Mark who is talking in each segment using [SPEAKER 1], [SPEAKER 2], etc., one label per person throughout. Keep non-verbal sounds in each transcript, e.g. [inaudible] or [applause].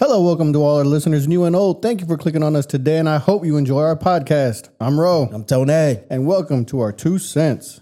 [SPEAKER 1] Hello, welcome to all our listeners, new and old. Thank you for clicking on us today, and I hope you enjoy our podcast. I'm Ro,
[SPEAKER 2] I'm Tony.
[SPEAKER 1] and welcome to our two cents.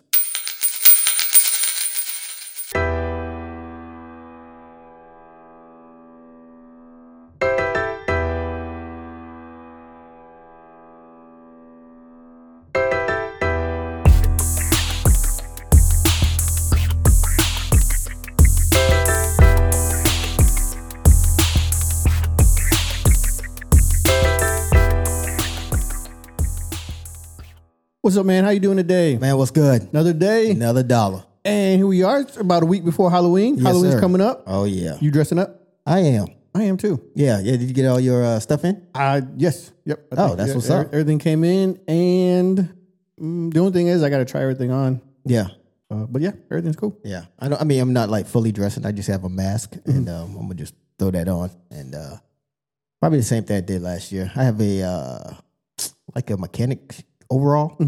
[SPEAKER 1] What's up, man? How you doing today?
[SPEAKER 2] Man, what's good?
[SPEAKER 1] Another day,
[SPEAKER 2] Another dollar.
[SPEAKER 1] and here we are. It's about a week before Halloween. Halloween's
[SPEAKER 2] sir.
[SPEAKER 1] coming up.
[SPEAKER 2] Oh yeah,
[SPEAKER 1] You dressing up?
[SPEAKER 2] I am.
[SPEAKER 1] I am too.
[SPEAKER 2] Yeah, yeah. Did you get all your uh, stuff in?
[SPEAKER 1] Uh, yes. Yep. I
[SPEAKER 2] Oh,
[SPEAKER 1] think-
[SPEAKER 2] that's
[SPEAKER 1] yeah,
[SPEAKER 2] what's
[SPEAKER 1] every-
[SPEAKER 2] up.
[SPEAKER 1] Everything came in, and mm, the only thing is I got to try everything on.
[SPEAKER 2] Yeah,
[SPEAKER 1] Uh, but yeah, everything's cool.
[SPEAKER 2] yeah. I don't. I mean, I'm not like fully dressing. I just have a mask, and um, I'm gonna just throw that on, and uh, probably the same thing I did last year. I have a uh, like a mechanic overall.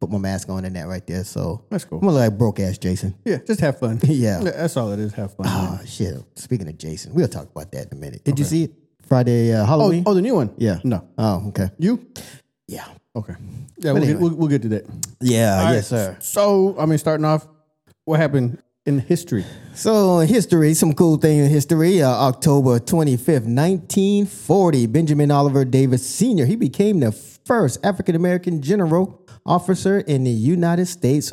[SPEAKER 2] Put my mask on and that right there. So
[SPEAKER 1] That's
[SPEAKER 2] I'm
[SPEAKER 1] cool.
[SPEAKER 2] gonna look like broke ass Jason.
[SPEAKER 1] Yeah, just have fun.
[SPEAKER 2] [laughs] yeah.
[SPEAKER 1] That's all it is. Have fun. man.
[SPEAKER 2] Ah, shit. Speaking of Jason, we'll talk about that in a minute. Did you see it Friday uh,
[SPEAKER 1] Oh,
[SPEAKER 2] Halloween?
[SPEAKER 1] oh, the new one.
[SPEAKER 2] yeah.
[SPEAKER 1] No,
[SPEAKER 2] Oh, okay.
[SPEAKER 1] you.
[SPEAKER 2] Yeah.
[SPEAKER 1] Okay. Yeah, we'll,
[SPEAKER 2] anyway.
[SPEAKER 1] get, we'll, we'll get to that.
[SPEAKER 2] Yeah.
[SPEAKER 1] All right,
[SPEAKER 2] yes, sir.
[SPEAKER 1] So, I mean, starting off, what happened in history?
[SPEAKER 2] So, in history, some cool thing in history. Uh, October 25th, 1940, Benjamin Oliver Davis Sr., he became the first African American general officer in the United States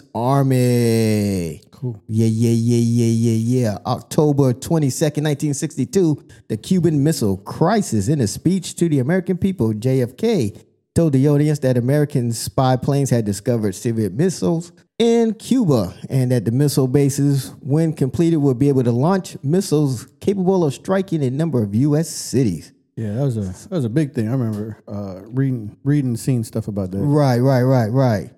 [SPEAKER 2] Army. Cool. Yeah, yeah, yeah, yeah, yeah, yeah. October 22nd, 1962, the Cuban Missile Crisis. In a speech to the American people, JFK told the audience that American spy planes had discovered Soviet missiles in Cuba and that the missile bases, when completed, would be able to launch missiles capable of striking a number of U.S. cities.
[SPEAKER 1] Yeah, that was a that was a big thing. I remember uh, reading reading seeing stuff about that.
[SPEAKER 2] Right, right, right, right.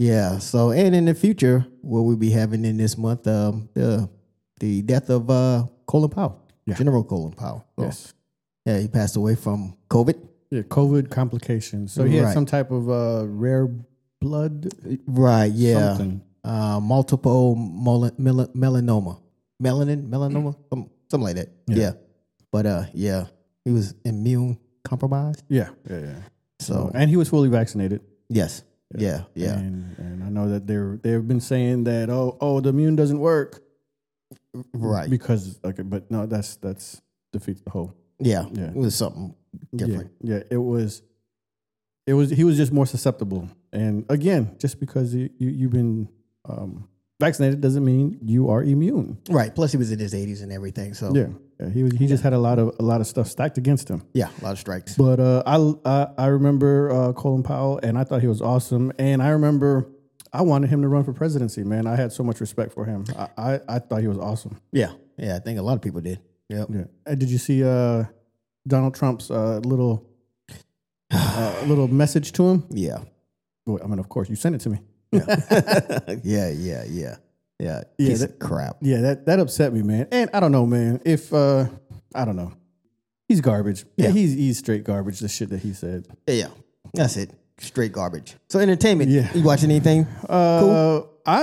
[SPEAKER 2] Yeah. So, and in the future, what we'll be having in this month, um, the the death of uh, Colin Powell,
[SPEAKER 1] Yeah.
[SPEAKER 2] General Colin Powell. So,
[SPEAKER 1] Yes.
[SPEAKER 2] Yeah, he passed away from COVID.
[SPEAKER 1] Yeah, COVID complications. So he had
[SPEAKER 2] Right.
[SPEAKER 1] some type of uh, rare blood
[SPEAKER 2] Right. Yeah.
[SPEAKER 1] something.
[SPEAKER 2] uh, multiple mel- mel- melanoma, melanin, melanoma, some something like that. Mm. Yeah. But uh, yeah, he was immune compromised.
[SPEAKER 1] Yeah, yeah, yeah.
[SPEAKER 2] So
[SPEAKER 1] And he was fully vaccinated.
[SPEAKER 2] yes, yeah, yeah,
[SPEAKER 1] And, and I know that they're they've been saying that oh oh the immune doesn't work
[SPEAKER 2] right.
[SPEAKER 1] because okay, but no, that's that's defeats the whole
[SPEAKER 2] Yeah.
[SPEAKER 1] Yeah.
[SPEAKER 2] it was something different.
[SPEAKER 1] Yeah, yeah, it was. It was. He was just more susceptible, and again, just because you, you you've been um, vaccinated doesn't mean you are immune.
[SPEAKER 2] Right. Plus, he was in his eighties and everything. So
[SPEAKER 1] Yeah, Oh. yeah he was. He just had a lot of a lot of stuff stacked against him.
[SPEAKER 2] yeah, a lot of strikes.
[SPEAKER 1] But uh, I, I I remember uh, Colin Powell, and I thought he was awesome. And I remember I wanted him to run for presidency. Man, I had so much respect for him. I I, I thought he was awesome.
[SPEAKER 2] Yeah, yeah. I think a lot of people did. Yep.
[SPEAKER 1] Yeah. Uh, did you see uh, Donald Trump's uh, little [sighs] uh, little message to him?
[SPEAKER 2] Yeah.
[SPEAKER 1] Well, I mean, of course, you sent it to me.
[SPEAKER 2] yeah. Yeah. Yeah. Yeah.
[SPEAKER 1] Yeah,
[SPEAKER 2] Piece
[SPEAKER 1] that-
[SPEAKER 2] of crap.
[SPEAKER 1] Yeah, that that upset me, man. And I don't know, man. If uh I don't know, he's garbage. Yeah,
[SPEAKER 2] Yeah.
[SPEAKER 1] he's he's straight garbage. The shit that he said.
[SPEAKER 2] Yeah. yeah. That's it. Straight garbage. So entertainment.
[SPEAKER 1] Yeah.
[SPEAKER 2] You watching anything?
[SPEAKER 1] Uh, I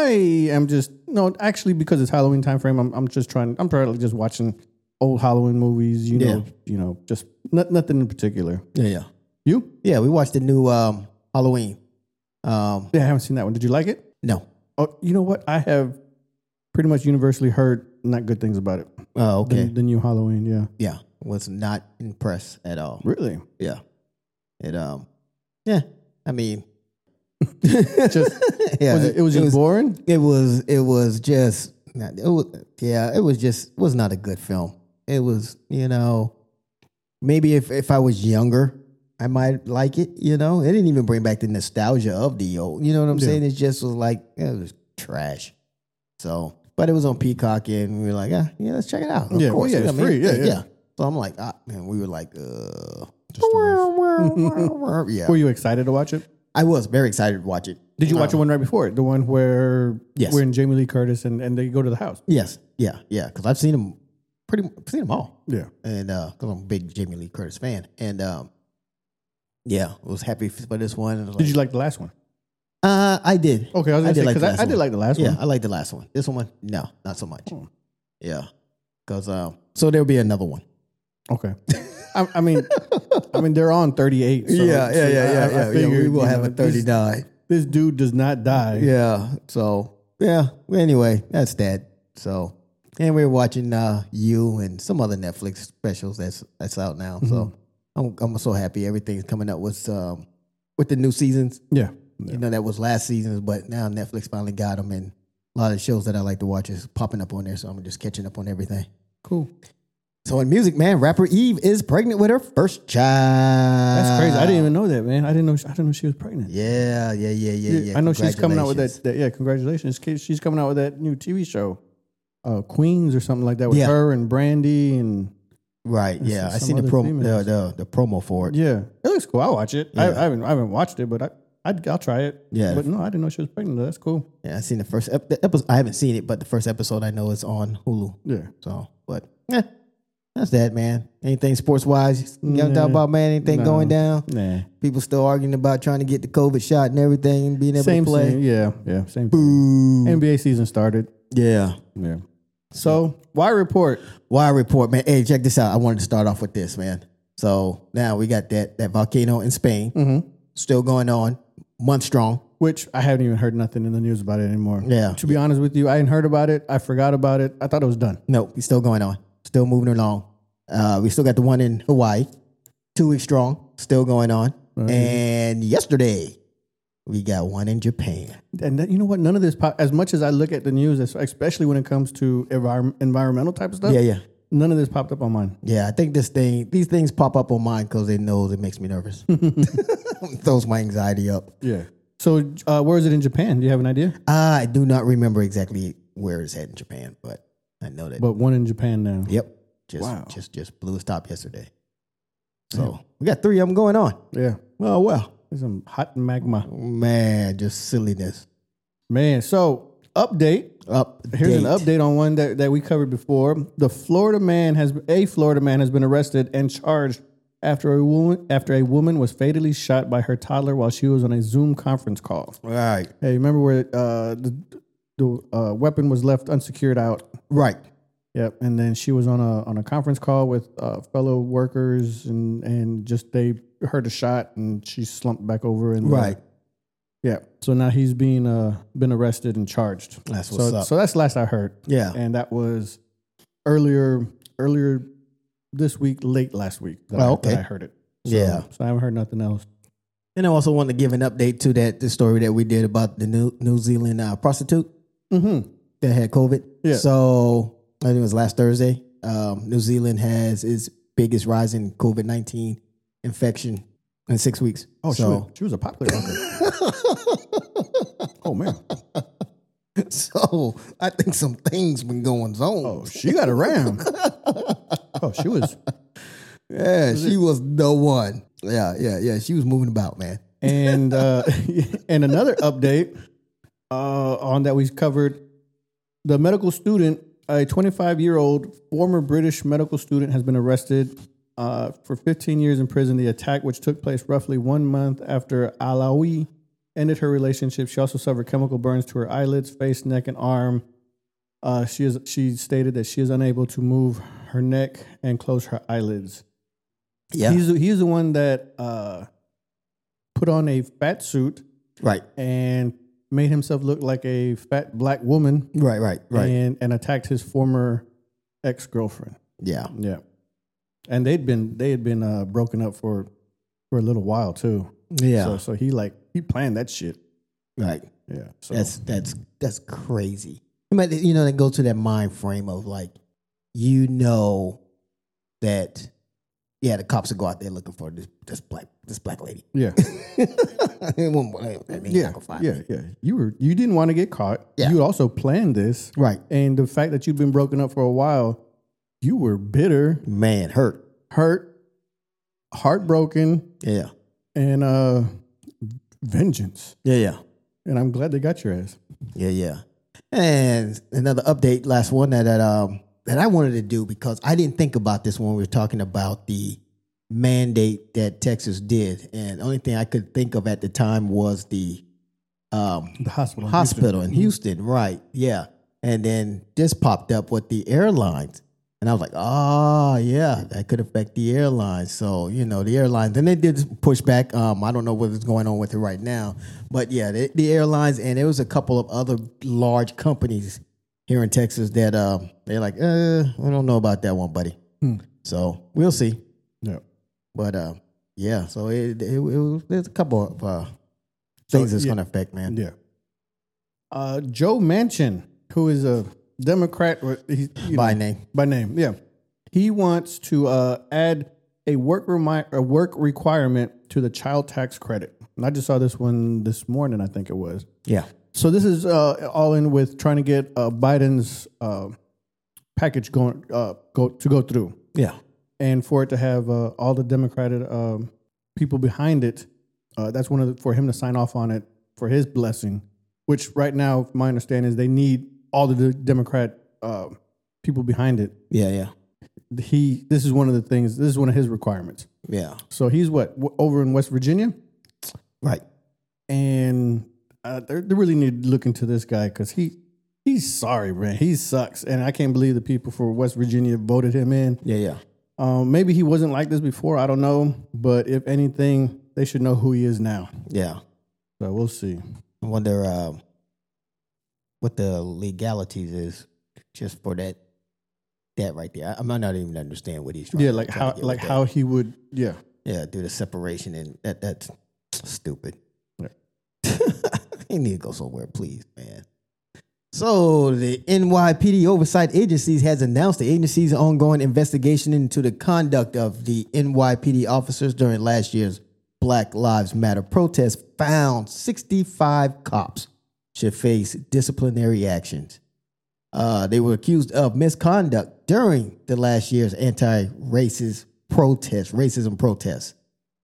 [SPEAKER 1] am just no, actually, because it's Halloween time frame. I'm I'm just trying. I'm probably just watching old Halloween movies. You know,
[SPEAKER 2] Yeah.
[SPEAKER 1] you know, just not, nothing in particular.
[SPEAKER 2] Yeah. Yeah.
[SPEAKER 1] You?
[SPEAKER 2] Yeah, we watched the new um, Halloween. Um,
[SPEAKER 1] Yeah, I haven't seen that one. Did you like it?
[SPEAKER 2] no.
[SPEAKER 1] Oh, you know what? I have pretty much universally heard not good things about it.
[SPEAKER 2] Oh,
[SPEAKER 1] The,
[SPEAKER 2] okay.
[SPEAKER 1] the new Halloween, yeah.
[SPEAKER 2] yeah, was not impressed at all.
[SPEAKER 1] Really?
[SPEAKER 2] Yeah. It um, yeah. I mean, [laughs]
[SPEAKER 1] Just [laughs]
[SPEAKER 2] yeah,
[SPEAKER 1] was it, it was just boring.
[SPEAKER 2] it was it was just not, it was, yeah it was just was not a good film it was you know maybe if if i was younger i might like it you know it didn't even bring back the nostalgia of the old you know what i'm
[SPEAKER 1] Yeah.
[SPEAKER 2] saying it just was like it was trash so but it was on peacock and we were like ah, yeah let's check it out of
[SPEAKER 1] Yeah, well,
[SPEAKER 2] course
[SPEAKER 1] yeah,
[SPEAKER 2] you know
[SPEAKER 1] it's
[SPEAKER 2] what I mean?
[SPEAKER 1] free. Yeah, yeah.
[SPEAKER 2] so i'm like ah, and we were like uh [laughs] yeah
[SPEAKER 1] Were you excited to watch it?
[SPEAKER 2] i was very excited to watch it
[SPEAKER 1] Did you watch
[SPEAKER 2] Um,
[SPEAKER 1] the one right before it? The one where
[SPEAKER 2] Yes.
[SPEAKER 1] we're in Jamie Lee Curtis and, and they go to the house.
[SPEAKER 2] Yes. Yeah. Yeah. Because I've seen them pretty seen them all,
[SPEAKER 1] Yeah.
[SPEAKER 2] and because I'm a big Jamie Lee Curtis fan, and um, yeah, I was happy f- for this one. and I was
[SPEAKER 1] Did you like the last one?
[SPEAKER 2] Uh, I did.
[SPEAKER 1] Okay, I was gonna
[SPEAKER 2] I did
[SPEAKER 1] say
[SPEAKER 2] like
[SPEAKER 1] because
[SPEAKER 2] the
[SPEAKER 1] I,
[SPEAKER 2] last
[SPEAKER 1] I did
[SPEAKER 2] one.
[SPEAKER 1] like the last
[SPEAKER 2] yeah,
[SPEAKER 1] one.
[SPEAKER 2] I like the last one. This one, no, not so much.
[SPEAKER 1] Hmm.
[SPEAKER 2] Yeah, because um, so there'll be another one.
[SPEAKER 1] Okay. I, I mean, I mean, they're on 38. So,
[SPEAKER 2] yeah,
[SPEAKER 1] so
[SPEAKER 2] yeah, yeah, yeah,
[SPEAKER 1] I- I
[SPEAKER 2] yeah, yeah.
[SPEAKER 1] figured,
[SPEAKER 2] We will
[SPEAKER 1] you
[SPEAKER 2] have
[SPEAKER 1] know,
[SPEAKER 2] a 39.
[SPEAKER 1] This, this dude does not die.
[SPEAKER 2] Yeah. So yeah. Anyway, that's that. So and we're watching uh you and some other Netflix specials that's that's out now.
[SPEAKER 1] Mm-hmm.
[SPEAKER 2] So I'm I'm so happy everything's coming up with um with the new seasons.
[SPEAKER 1] Yeah.
[SPEAKER 2] You know that was last seasons, but now Netflix finally got them, and a lot of shows that I like to watch is popping up on there. So I'm just catching up on everything.
[SPEAKER 1] Cool.
[SPEAKER 2] So in music, man, rapper Eve is pregnant with her first child.
[SPEAKER 1] That's crazy. I didn't even know that, man. I didn't know. She, I didn't know she was pregnant.
[SPEAKER 2] Uh, Yeah, yeah, yeah, yeah, yeah.
[SPEAKER 1] I know she's coming out with that,
[SPEAKER 2] Congratulations.
[SPEAKER 1] that- Yeah, congratulations. Ki- She's coming out with that new TV show, uh, Queens or something like that, with
[SPEAKER 2] Yeah.
[SPEAKER 1] her and Brandy and
[SPEAKER 2] Right. Yeah,
[SPEAKER 1] some-
[SPEAKER 2] I
[SPEAKER 1] some
[SPEAKER 2] seen the
[SPEAKER 1] other
[SPEAKER 2] promo.
[SPEAKER 1] females.
[SPEAKER 2] The, the the promo for it.
[SPEAKER 1] yeah, it looks cool. I'll watch it. I,
[SPEAKER 2] Yeah.
[SPEAKER 1] I haven't I haven't watched it, but I I'd, I'll try it.
[SPEAKER 2] Yeah.
[SPEAKER 1] but no, I didn't know she was pregnant. That's cool.
[SPEAKER 2] Yeah, I seen the first ep- the episode. I haven't seen it, but the first episode I know is on Hulu.
[SPEAKER 1] Yeah.
[SPEAKER 2] So, but eh, that's that, man. Anything sports wise you gotta talk
[SPEAKER 1] Nah.
[SPEAKER 2] about, man? Anything
[SPEAKER 1] No.
[SPEAKER 2] going down?
[SPEAKER 1] Nah.
[SPEAKER 2] People still arguing about trying to get the COVID shot and everything and being able
[SPEAKER 1] Same
[SPEAKER 2] to play.
[SPEAKER 1] thing. Yeah. Yeah. Same. Thing.
[SPEAKER 2] Ooh.
[SPEAKER 1] NBA season started.
[SPEAKER 2] Yeah.
[SPEAKER 1] Yeah. So why report?
[SPEAKER 2] Wire report, man. Hey, check this out. I wanted to start off with this, man. So now we got that that volcano in Spain
[SPEAKER 1] Mm-hmm.
[SPEAKER 2] still going on, month strong.
[SPEAKER 1] Which I haven't even heard nothing in the news about it anymore.
[SPEAKER 2] Yeah.
[SPEAKER 1] To be honest with you, I hadn't heard about it. I forgot about it. I thought it was done.
[SPEAKER 2] No, it's still going on. Still moving along. Uh, we still got the one in Hawaii, two weeks strong, still going on. And yesterday, we got one in Japan.
[SPEAKER 1] and that, you know what? None of this, po- as much as I look at the news, es- especially when it comes to envir- environmental type of stuff,
[SPEAKER 2] Yeah, yeah,
[SPEAKER 1] none of this popped up on mine.
[SPEAKER 2] yeah. I think this thing, these things pop up on mine because they know it makes me [laughs] nervous. Throws my anxiety up.
[SPEAKER 1] Yeah. So, uh, where is it in Japan? Do you have an idea?
[SPEAKER 2] I do not remember exactly where it's at in Japan, but I know that.
[SPEAKER 1] But one in Japan now.
[SPEAKER 2] yep, just
[SPEAKER 1] Wow.
[SPEAKER 2] just just blew a stop yesterday. So we got three of them going on.
[SPEAKER 1] Yeah.
[SPEAKER 2] Oh well,
[SPEAKER 1] There's some hot magma.
[SPEAKER 2] man, just silliness.
[SPEAKER 1] Man, so update.
[SPEAKER 2] Up.
[SPEAKER 1] Here's an update on one that, that we covered before. The Florida man has a Florida man has been arrested and charged after a woman after a woman was fatally shot by her toddler while she was on a Zoom conference call.
[SPEAKER 2] Right.
[SPEAKER 1] Hey, remember where uh, the the uh, weapon was left unsecured out
[SPEAKER 2] Right.
[SPEAKER 1] Yep, and then she was on a on a conference call with uh, fellow workers, and and just they heard a shot, and she slumped back over. And uh,
[SPEAKER 2] Right.
[SPEAKER 1] yeah. So now he's being uh been arrested and charged.
[SPEAKER 2] That's
[SPEAKER 1] so
[SPEAKER 2] what's up.
[SPEAKER 1] so that's last I heard,
[SPEAKER 2] Yeah.
[SPEAKER 1] and that was earlier earlier this week, late last week. That
[SPEAKER 2] Oh,
[SPEAKER 1] I,
[SPEAKER 2] okay.
[SPEAKER 1] that I heard it. So,
[SPEAKER 2] Yeah.
[SPEAKER 1] So I haven't heard nothing else.
[SPEAKER 2] And I also wanted to give an update to that the story that we did about the New New Zealand uh, prostitute
[SPEAKER 1] Mm-hmm.
[SPEAKER 2] that had COVID.
[SPEAKER 1] Yeah.
[SPEAKER 2] So I think it was last Thursday. Um, New Zealand has its biggest rise in COVID nineteen infection in six weeks.
[SPEAKER 1] Oh, she, was,
[SPEAKER 2] [laughs] so
[SPEAKER 1] she was a popular one. oh man.
[SPEAKER 2] [laughs] so I think some things been going on.
[SPEAKER 1] Oh, she got around. oh, she was.
[SPEAKER 2] [laughs] yeah, she was the one. Yeah, yeah, yeah. She was moving about, man.
[SPEAKER 1] and uh, [laughs] and another update uh, on that we covered the medical student, a 25 year old former British medical student, has been arrested uh, for 15 years in prison. The attack, which took place roughly one month after Alawi ended her relationship, she also suffered chemical burns to her eyelids, face, neck, and arm. Uh, she is she stated that she is unable to move her neck and close her eyelids.
[SPEAKER 2] Yeah.
[SPEAKER 1] He's he's the one that uh, put on a fat suit
[SPEAKER 2] right.
[SPEAKER 1] and made himself look like a fat black woman
[SPEAKER 2] Right. Right. Right.
[SPEAKER 1] and, and attacked his former ex girlfriend.
[SPEAKER 2] yeah.
[SPEAKER 1] Yeah. And they'd been they had been uh, broken up for for a little while too.
[SPEAKER 2] Yeah.
[SPEAKER 1] So so he like he planned that shit.
[SPEAKER 2] right.
[SPEAKER 1] Yeah. So
[SPEAKER 2] That's that's that's crazy. I mean, you know, that goes to that mind frame of like, you know, that yeah, the cops will go out there looking for this this black this black lady. [laughs]
[SPEAKER 1] yeah.
[SPEAKER 2] It won't- I mean, yeah,
[SPEAKER 1] Yeah. Yeah. Yeah. You were you didn't want to get caught.
[SPEAKER 2] Yeah.
[SPEAKER 1] You also planned this.
[SPEAKER 2] right,
[SPEAKER 1] And the fact that you've been broken up for a while, you were bitter,
[SPEAKER 2] man, hurt.
[SPEAKER 1] hurt, heartbroken,
[SPEAKER 2] Yeah,
[SPEAKER 1] and uh vengeance.
[SPEAKER 2] yeah, yeah,
[SPEAKER 1] And I'm glad they got your ass.
[SPEAKER 2] yeah, yeah. And another update, last one that that um that I wanted to do because I didn't think about this when we were talking about the mandate that Texas did, and only thing I could think of at the time was the um
[SPEAKER 1] The hospital. in Houston.
[SPEAKER 2] hospital in Houston, right? Yeah, and then this popped up with the airlines And I was like, oh, yeah, that could affect the airline. So, you know, the airlines, then they did push back. Um, I don't know what's going on with it right now. But yeah, the, the airlines, and there was a couple of other large companies here in Texas that uh, they're like, uh, we don't know about that one, buddy.
[SPEAKER 1] Hmm.
[SPEAKER 2] So we'll see.
[SPEAKER 1] Yeah.
[SPEAKER 2] But uh, yeah, so it, it, it was, there's a couple of uh, things that's
[SPEAKER 1] yeah.
[SPEAKER 2] going to affect, man.
[SPEAKER 1] Yeah. Uh, Joe Manchin, who is a Democrat or he's, you
[SPEAKER 2] By
[SPEAKER 1] know,
[SPEAKER 2] name.
[SPEAKER 1] by name, yeah, he wants to uh, add a work remi- a work requirement to the child tax credit. And I just saw this one this morning. I think it was.
[SPEAKER 2] Yeah.
[SPEAKER 1] So this is uh, all in with trying to get uh, Biden's uh, package going uh, go to go through,
[SPEAKER 2] Yeah.
[SPEAKER 1] and for it to have uh, all the Democratic um, people behind it. Uh, that's one of the, for him to sign off on it for his blessing. Which right now, my understanding is they need all the de- Democrat uh, people behind it.
[SPEAKER 2] Yeah. Yeah.
[SPEAKER 1] He this is one of the things. This is one of his requirements.
[SPEAKER 2] Yeah.
[SPEAKER 1] So he's what w- over in West Virginia
[SPEAKER 2] Right.
[SPEAKER 1] and uh, they they really need to look into this guy because he he's sorry, man. He sucks, and I can't believe the people for West Virginia voted him in.
[SPEAKER 2] Yeah. Yeah.
[SPEAKER 1] Um, maybe he wasn't like this before. I don't know, but if anything, they should know who he is now.
[SPEAKER 2] Yeah.
[SPEAKER 1] So we'll see.
[SPEAKER 2] I wonder um, what the legalities is just for that that right there. I, I might not even understand what he's trying.
[SPEAKER 1] Yeah, like
[SPEAKER 2] trying
[SPEAKER 1] how
[SPEAKER 2] to get
[SPEAKER 1] like
[SPEAKER 2] with
[SPEAKER 1] how he would. Yeah,
[SPEAKER 2] that. Yeah, do the separation and that that's stupid.
[SPEAKER 1] Yeah.
[SPEAKER 2] [laughs] you need to go somewhere, please, man. So the NYPD Oversight Agencies has announced the agency's ongoing investigation into the conduct of the NYPD officers during last year's Black Lives Matter protest found 65 cops should face disciplinary actions. Uh, they were accused of misconduct during the last year's anti-racist protest, racism protests.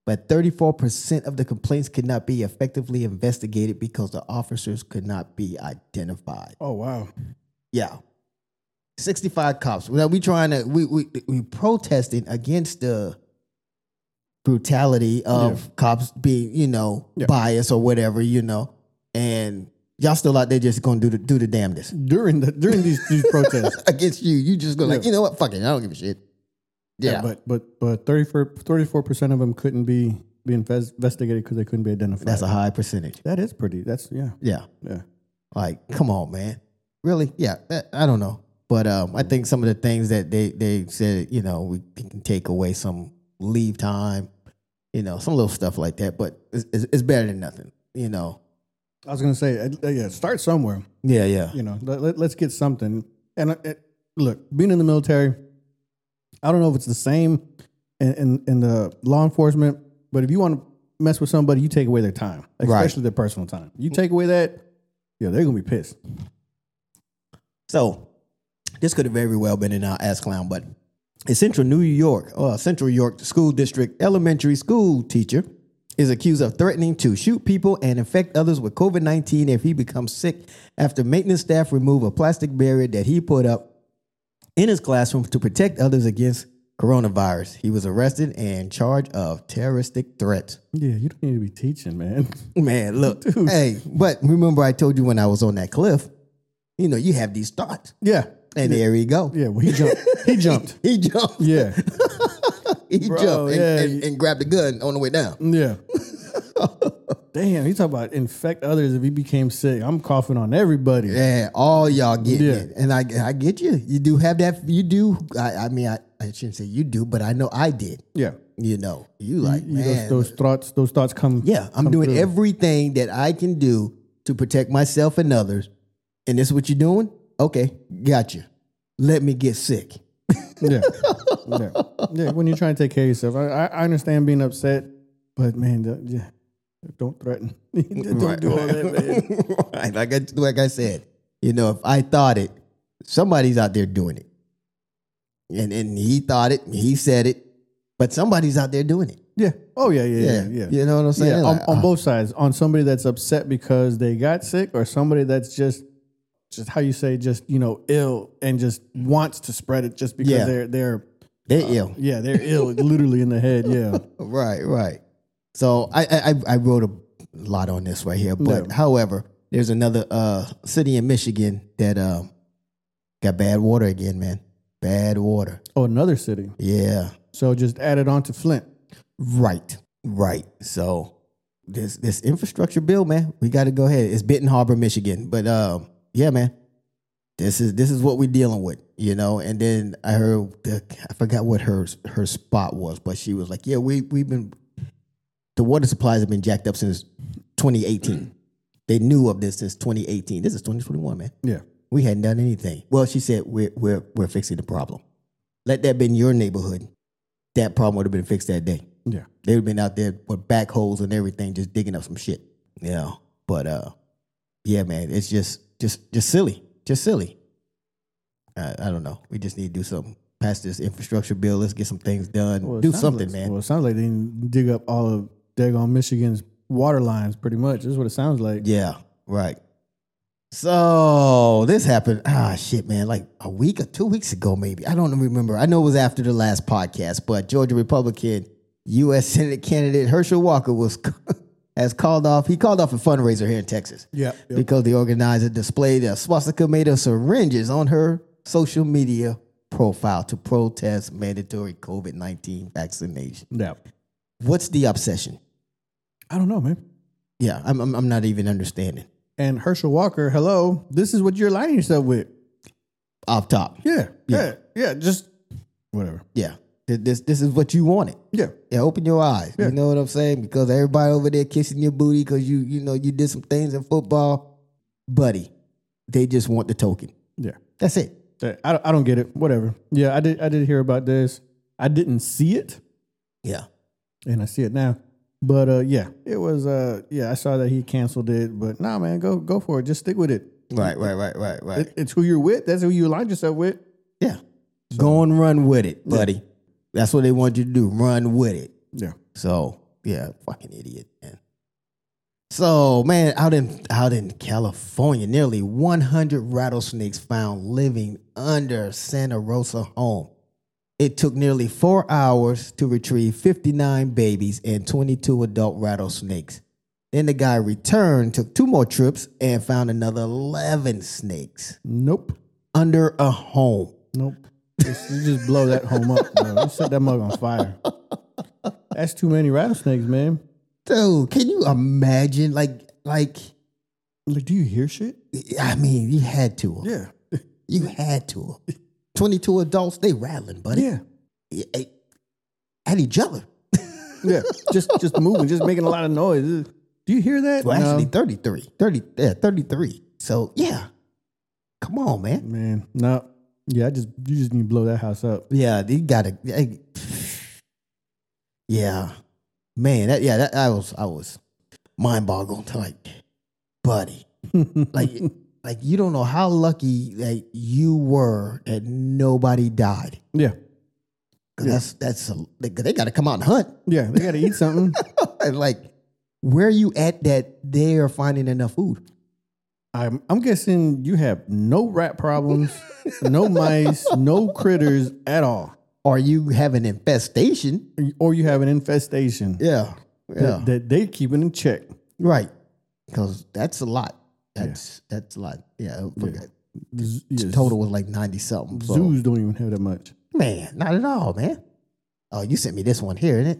[SPEAKER 2] But 34% of the complaints could not be effectively investigated because the officers could not be identified.
[SPEAKER 1] Oh wow.
[SPEAKER 2] Yeah. 65 cops. Now we trying to we we we protesting against the brutality of cops being, you know,
[SPEAKER 1] Yeah.
[SPEAKER 2] biased or whatever, you know. And y'all still out there just gonna do the do the damnedest
[SPEAKER 1] During the during these
[SPEAKER 2] [laughs]
[SPEAKER 1] these protests.
[SPEAKER 2] against you. You just go like,
[SPEAKER 1] Yeah.
[SPEAKER 2] you know what? Fuck it. I don't give a shit. Yeah.
[SPEAKER 1] but but but 34 percent of them couldn't be be invest- investigated because they couldn't be identified.
[SPEAKER 2] that's a high percentage.
[SPEAKER 1] that is pretty. That's yeah
[SPEAKER 2] Yeah.
[SPEAKER 1] yeah.
[SPEAKER 2] Like, come on, man. Really? Yeah. that- I don't know. But um, I think some of the things that they, they said, you know, we can take away some leave time, you know, some little stuff like that. But it's, it's it's better than nothing, you know.
[SPEAKER 1] I was gonna say uh, yeah. Start somewhere.
[SPEAKER 2] Yeah, yeah.
[SPEAKER 1] you know let, let, us get something and uh, it, look being in the military i don't know if it's the same in, in, in the law enforcement but if you want to mess with somebody you take away their time
[SPEAKER 2] Right.
[SPEAKER 1] especially their personal time you take away that yeah they're gonna be pissed
[SPEAKER 2] So this could have very well been in our ass clown, but a central New York, uh, Central York School District elementary school teacher is accused of threatening to shoot people and infect others with COVID 19 if he becomes sick after maintenance staff remove a plastic barrier that he put up in his classroom to protect others against coronavirus. He was arrested and charged of terroristic threats.
[SPEAKER 1] yeah you don't need to be teaching man
[SPEAKER 2] Man, look, [laughs] hey, but remember I told you when I was on that cliff, you know, you have these thoughts.
[SPEAKER 1] [laughs] yeah
[SPEAKER 2] And there you go.
[SPEAKER 1] yeah well he [laughs] jumped he jumped
[SPEAKER 2] He jumped. [laughs]
[SPEAKER 1] yeah
[SPEAKER 2] He
[SPEAKER 1] Bro,
[SPEAKER 2] jumped and,
[SPEAKER 1] yeah.
[SPEAKER 2] and, and grabbed the gun on the way down.
[SPEAKER 1] [laughs] yeah damn you talk about infect others if he became sick i'm coughing on everybody
[SPEAKER 2] Yeah, all y'all getting
[SPEAKER 1] Yeah.
[SPEAKER 2] it, and I I get you. You do have that. You do. I, I mean, I, I shouldn't say you do, but I know I did.
[SPEAKER 1] yeah
[SPEAKER 2] You know, you like
[SPEAKER 1] You- those,
[SPEAKER 2] man.
[SPEAKER 1] those thoughts those thoughts come
[SPEAKER 2] yeah, I'm
[SPEAKER 1] come
[SPEAKER 2] doing
[SPEAKER 1] through.
[SPEAKER 2] everything that I can do to protect myself and others. And this is what you're doing? Okay, gotcha. Let me get sick.
[SPEAKER 1] Yeah. yeah. Yeah. When you're trying to take care of yourself, I, I, I understand being upset, but man, the, yeah, don't threaten. [laughs] don't do all that, man.
[SPEAKER 2] [laughs] right. Like I like I said, you know, if I thought it, somebody's out there doing it. And and he thought it, he said it, but somebody's out there doing it.
[SPEAKER 1] Yeah. Oh, yeah, yeah, yeah. Yeah.
[SPEAKER 2] You know what I'm saying?
[SPEAKER 1] Yeah, on,
[SPEAKER 2] Like,
[SPEAKER 1] on
[SPEAKER 2] uh,
[SPEAKER 1] both sides, on somebody that's upset because they got sick, or somebody that's just, just how you say, just you know, ill and just wants to spread it just because
[SPEAKER 2] Yeah.
[SPEAKER 1] they're they're
[SPEAKER 2] they're ill.
[SPEAKER 1] yeah they're ill, literally in the head. Yeah,
[SPEAKER 2] Right, right. So I, I I- I wrote a lot on this right here, but
[SPEAKER 1] Yeah.
[SPEAKER 2] however, there's another uh, city in Michigan that um, got bad uh, water again, man. Bad water.
[SPEAKER 1] Oh, another city.
[SPEAKER 2] Yeah.
[SPEAKER 1] So just added on to Flint.
[SPEAKER 2] Right. Right. So this this infrastructure bill, man, we got to go ahead. It's Benton Harbor, Michigan. But um, yeah, man, this is this is what we're dealing with, you know. And then I heard the, I forgot what her her spot was, but she was like, yeah, we we've been the water supplies have been jacked up since 2018. They knew of this since 2018. This is 2021, man.
[SPEAKER 1] Yeah.
[SPEAKER 2] We hadn't done anything. Well, she said we're we're we're fixing the problem. Let that been your neighborhood, that problem would have been fixed that day
[SPEAKER 1] Yeah.
[SPEAKER 2] they'd have been out there with back holes and everything, just digging up some shit. You know. But uh yeah, man, it's just just just silly. Just silly. I, I don't know. We just need to do something. Pass this infrastructure bill. Let's get some things done.
[SPEAKER 1] Well, it
[SPEAKER 2] do
[SPEAKER 1] sounds
[SPEAKER 2] something,
[SPEAKER 1] like-
[SPEAKER 2] man.
[SPEAKER 1] Well, it sounds like they didn't dig up all of Dagon, Michigan's water lines, pretty much. This is what it sounds like.
[SPEAKER 2] Yeah, right. So this happened. Ah, shit, man. Like a week or two weeks ago, maybe. I don't remember. I know it was after the last podcast, but Georgia Republican U.S. Senate candidate Herschel Walker was [laughs] has called off. He called off a fundraiser here in Texas.
[SPEAKER 1] Yep, yep.
[SPEAKER 2] Because the organizer displayed a swastika made of syringes on her social media profile to protest mandatory COVID nineteen vaccination.
[SPEAKER 1] Yeah.
[SPEAKER 2] What's the obsession?
[SPEAKER 1] I don't know, man.
[SPEAKER 2] Yeah, I'm I'm, I'm not even understanding.
[SPEAKER 1] And Herschel Walker, hello, this is what you're aligning yourself with.
[SPEAKER 2] Off top.
[SPEAKER 1] Yeah.
[SPEAKER 2] Yeah.
[SPEAKER 1] Yeah. Yeah. Just whatever.
[SPEAKER 2] Yeah. Th- This this is what you wanted.
[SPEAKER 1] Yeah.
[SPEAKER 2] Yeah, open your eyes. You know what I'm saying? Because everybody over there kissing your booty because you you know you did some things in football, buddy. They just want the token.
[SPEAKER 1] Yeah.
[SPEAKER 2] That's it.
[SPEAKER 1] That- I, don't- I don't get it. Whatever. Yeah, I did I did hear about this. I didn't see it,
[SPEAKER 2] Yeah.
[SPEAKER 1] and I see it now. But uh, yeah, it was uh, yeah. I saw that he canceled it, but nah, man, go go for it. Just stick with it.
[SPEAKER 2] Right. Right. Right. Right. Right.
[SPEAKER 1] It- It's who you're with. That's who you aligned yourself with.
[SPEAKER 2] yeah. Go and run with it, buddy. That's what they want you to do. Run with it.
[SPEAKER 1] Yeah.
[SPEAKER 2] So yeah, fucking idiot, man. So man, out in out in California, nearly 100 rattlesnakes found living under Santa Rosa home. It took nearly four hours to retrieve 59 babies and 22 adult rattlesnakes. Then the guy returned, took two more trips, and found another 11 snakes
[SPEAKER 1] Nope.
[SPEAKER 2] under a home.
[SPEAKER 1] Nope. Just, you just blow that home up, bro. You set that mug on fire. That's too many rattlesnakes, man.
[SPEAKER 2] Dude, can you imagine? Like, like,
[SPEAKER 1] Like, do you hear shit?
[SPEAKER 2] I mean, you had to.
[SPEAKER 1] Yeah.
[SPEAKER 2] You had to. 22 adults, they rattling, buddy.
[SPEAKER 1] Yeah.
[SPEAKER 2] Yeah. eh, At each other.
[SPEAKER 1] Yeah. just just moving, just making a lot of noise. Do you hear that?
[SPEAKER 2] Well,
[SPEAKER 1] No.
[SPEAKER 2] actually, 33. 30, yeah, 33. So, yeah. Come on, man.
[SPEAKER 1] man, no. Yeah, I just you just need to blow that house up. [laughs]
[SPEAKER 2] Yeah, you gotta. I- [sighs] yeah. Man, that, yeah, that, I was, I was mind boggled. Like, buddy,
[SPEAKER 1] [laughs]
[SPEAKER 2] like, like you don't know how lucky that you were that nobody died.
[SPEAKER 1] Yeah.
[SPEAKER 2] 'Cause that's, that's, a, they, they gotta come out and hunt. [laughs]
[SPEAKER 1] Yeah. They gotta eat something.
[SPEAKER 2] And, like, where are you at that they are finding enough food?
[SPEAKER 1] I'm I'm guessing you have no rat problems, no mice, no critters at all.
[SPEAKER 2] Are you have an infestation?
[SPEAKER 1] Or you have an infestation
[SPEAKER 2] Yeah, yeah,
[SPEAKER 1] that, that they keeping in check.
[SPEAKER 2] right. Because that's a lot. That's that's a lot. Yeah, I forgot.
[SPEAKER 1] Z- yeah,
[SPEAKER 2] total was like ninety something. So.
[SPEAKER 1] Zoos don't even have that much.
[SPEAKER 2] man, not at all, man. Oh, you sent me this one here, isn't it?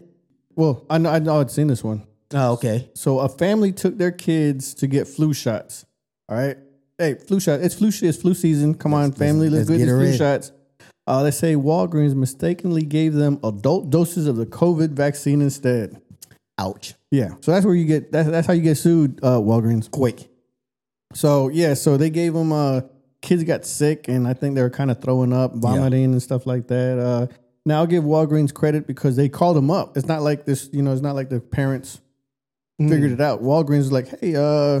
[SPEAKER 1] Well, I know, I know I'd seen this one.
[SPEAKER 2] Oh, okay.
[SPEAKER 1] So a family took their kids to get flu shots. All right. Hey, flu shot. It's flu. It's flu season. Come on, family. Let's,
[SPEAKER 2] let's get
[SPEAKER 1] get,
[SPEAKER 2] her
[SPEAKER 1] these
[SPEAKER 2] in.
[SPEAKER 1] flu shots. Uh, they say Walgreens mistakenly gave them adult doses of the COVID vaccine instead.
[SPEAKER 2] Ouch.
[SPEAKER 1] Yeah. So that's where you get. That's, that's how you get sued. Uh, Walgreens.
[SPEAKER 2] Quick.
[SPEAKER 1] So yeah. So they gave them. Uh, kids got sick, and I think they were kind of throwing up, vomiting, and stuff like that. Uh, now I'll give Walgreens credit because they called them up. It's not like this. You know, it's not like the parents
[SPEAKER 2] Hmm.
[SPEAKER 1] figured it out. Walgreens was like, hey, uh,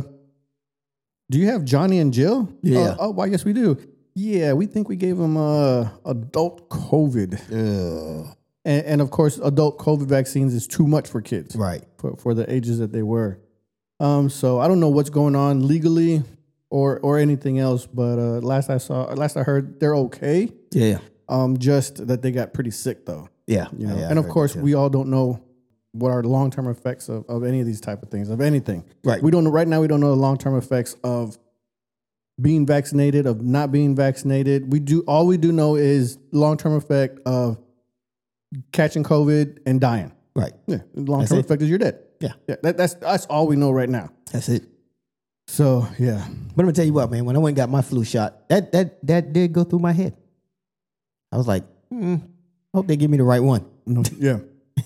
[SPEAKER 1] do you have Johnny and Jill?
[SPEAKER 2] Yeah.
[SPEAKER 1] Oh, oh, well, yes, we do. Yeah, we think we gave them uh, adult COVID.
[SPEAKER 2] Ugh.
[SPEAKER 1] And, and of course, adult COVID vaccines is too much for kids
[SPEAKER 2] Right.
[SPEAKER 1] for, for the ages that they were. Um, so I don't know what's going on legally or or anything else, but uh, last I saw, last I heard, they're okay.
[SPEAKER 2] Yeah.
[SPEAKER 1] Um, just that they got pretty sick though.
[SPEAKER 2] Yeah.
[SPEAKER 1] You know?
[SPEAKER 2] Yeah,
[SPEAKER 1] and
[SPEAKER 2] I
[SPEAKER 1] of
[SPEAKER 2] heard
[SPEAKER 1] course,
[SPEAKER 2] that,
[SPEAKER 1] we all don't know what are long term effects of, of any of these type of things of anything.
[SPEAKER 2] Right.
[SPEAKER 1] We don't know right now. We don't know the long term effects of being vaccinated, of not being vaccinated. We do all we do know is long term effect of catching COVID and dying.
[SPEAKER 2] Right.
[SPEAKER 1] Yeah, long term
[SPEAKER 2] it.
[SPEAKER 1] effect is you're dead.
[SPEAKER 2] Yeah.
[SPEAKER 1] yeah that, that's that's all we know right now.
[SPEAKER 2] That's it.
[SPEAKER 1] So yeah,
[SPEAKER 2] But I'm gonna tell you what, man. When I went and got my flu shot, that that that did go through my head. I was like, hmm, I hope they give me the right one. [laughs]
[SPEAKER 1] no, yeah.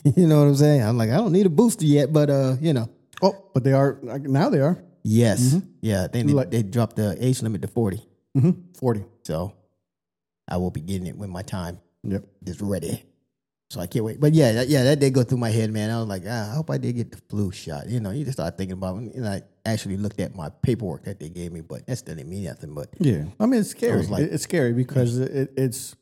[SPEAKER 2] you know what I'm saying? I'm like, I don't need a booster yet, but uh, you know,
[SPEAKER 1] Oh, but they are like, now they are
[SPEAKER 2] yes, yeah. They they,
[SPEAKER 1] Mm-hmm. Like-
[SPEAKER 2] they dropped the age limit to 40,
[SPEAKER 1] hmm forty.
[SPEAKER 2] so I will be getting it when my time
[SPEAKER 1] Yep.
[SPEAKER 2] is ready. So I can't wait. But yeah, that, yeah, that did go through my head, man. I was like, ah, I hope I did get the flu shot. You know, you just start thinking about it. And I actually looked at my paperwork that they gave me, but that still didn't mean nothing. But
[SPEAKER 1] Yeah, I mean it's scary.
[SPEAKER 2] was like-
[SPEAKER 1] It- it's scary because it, it, it's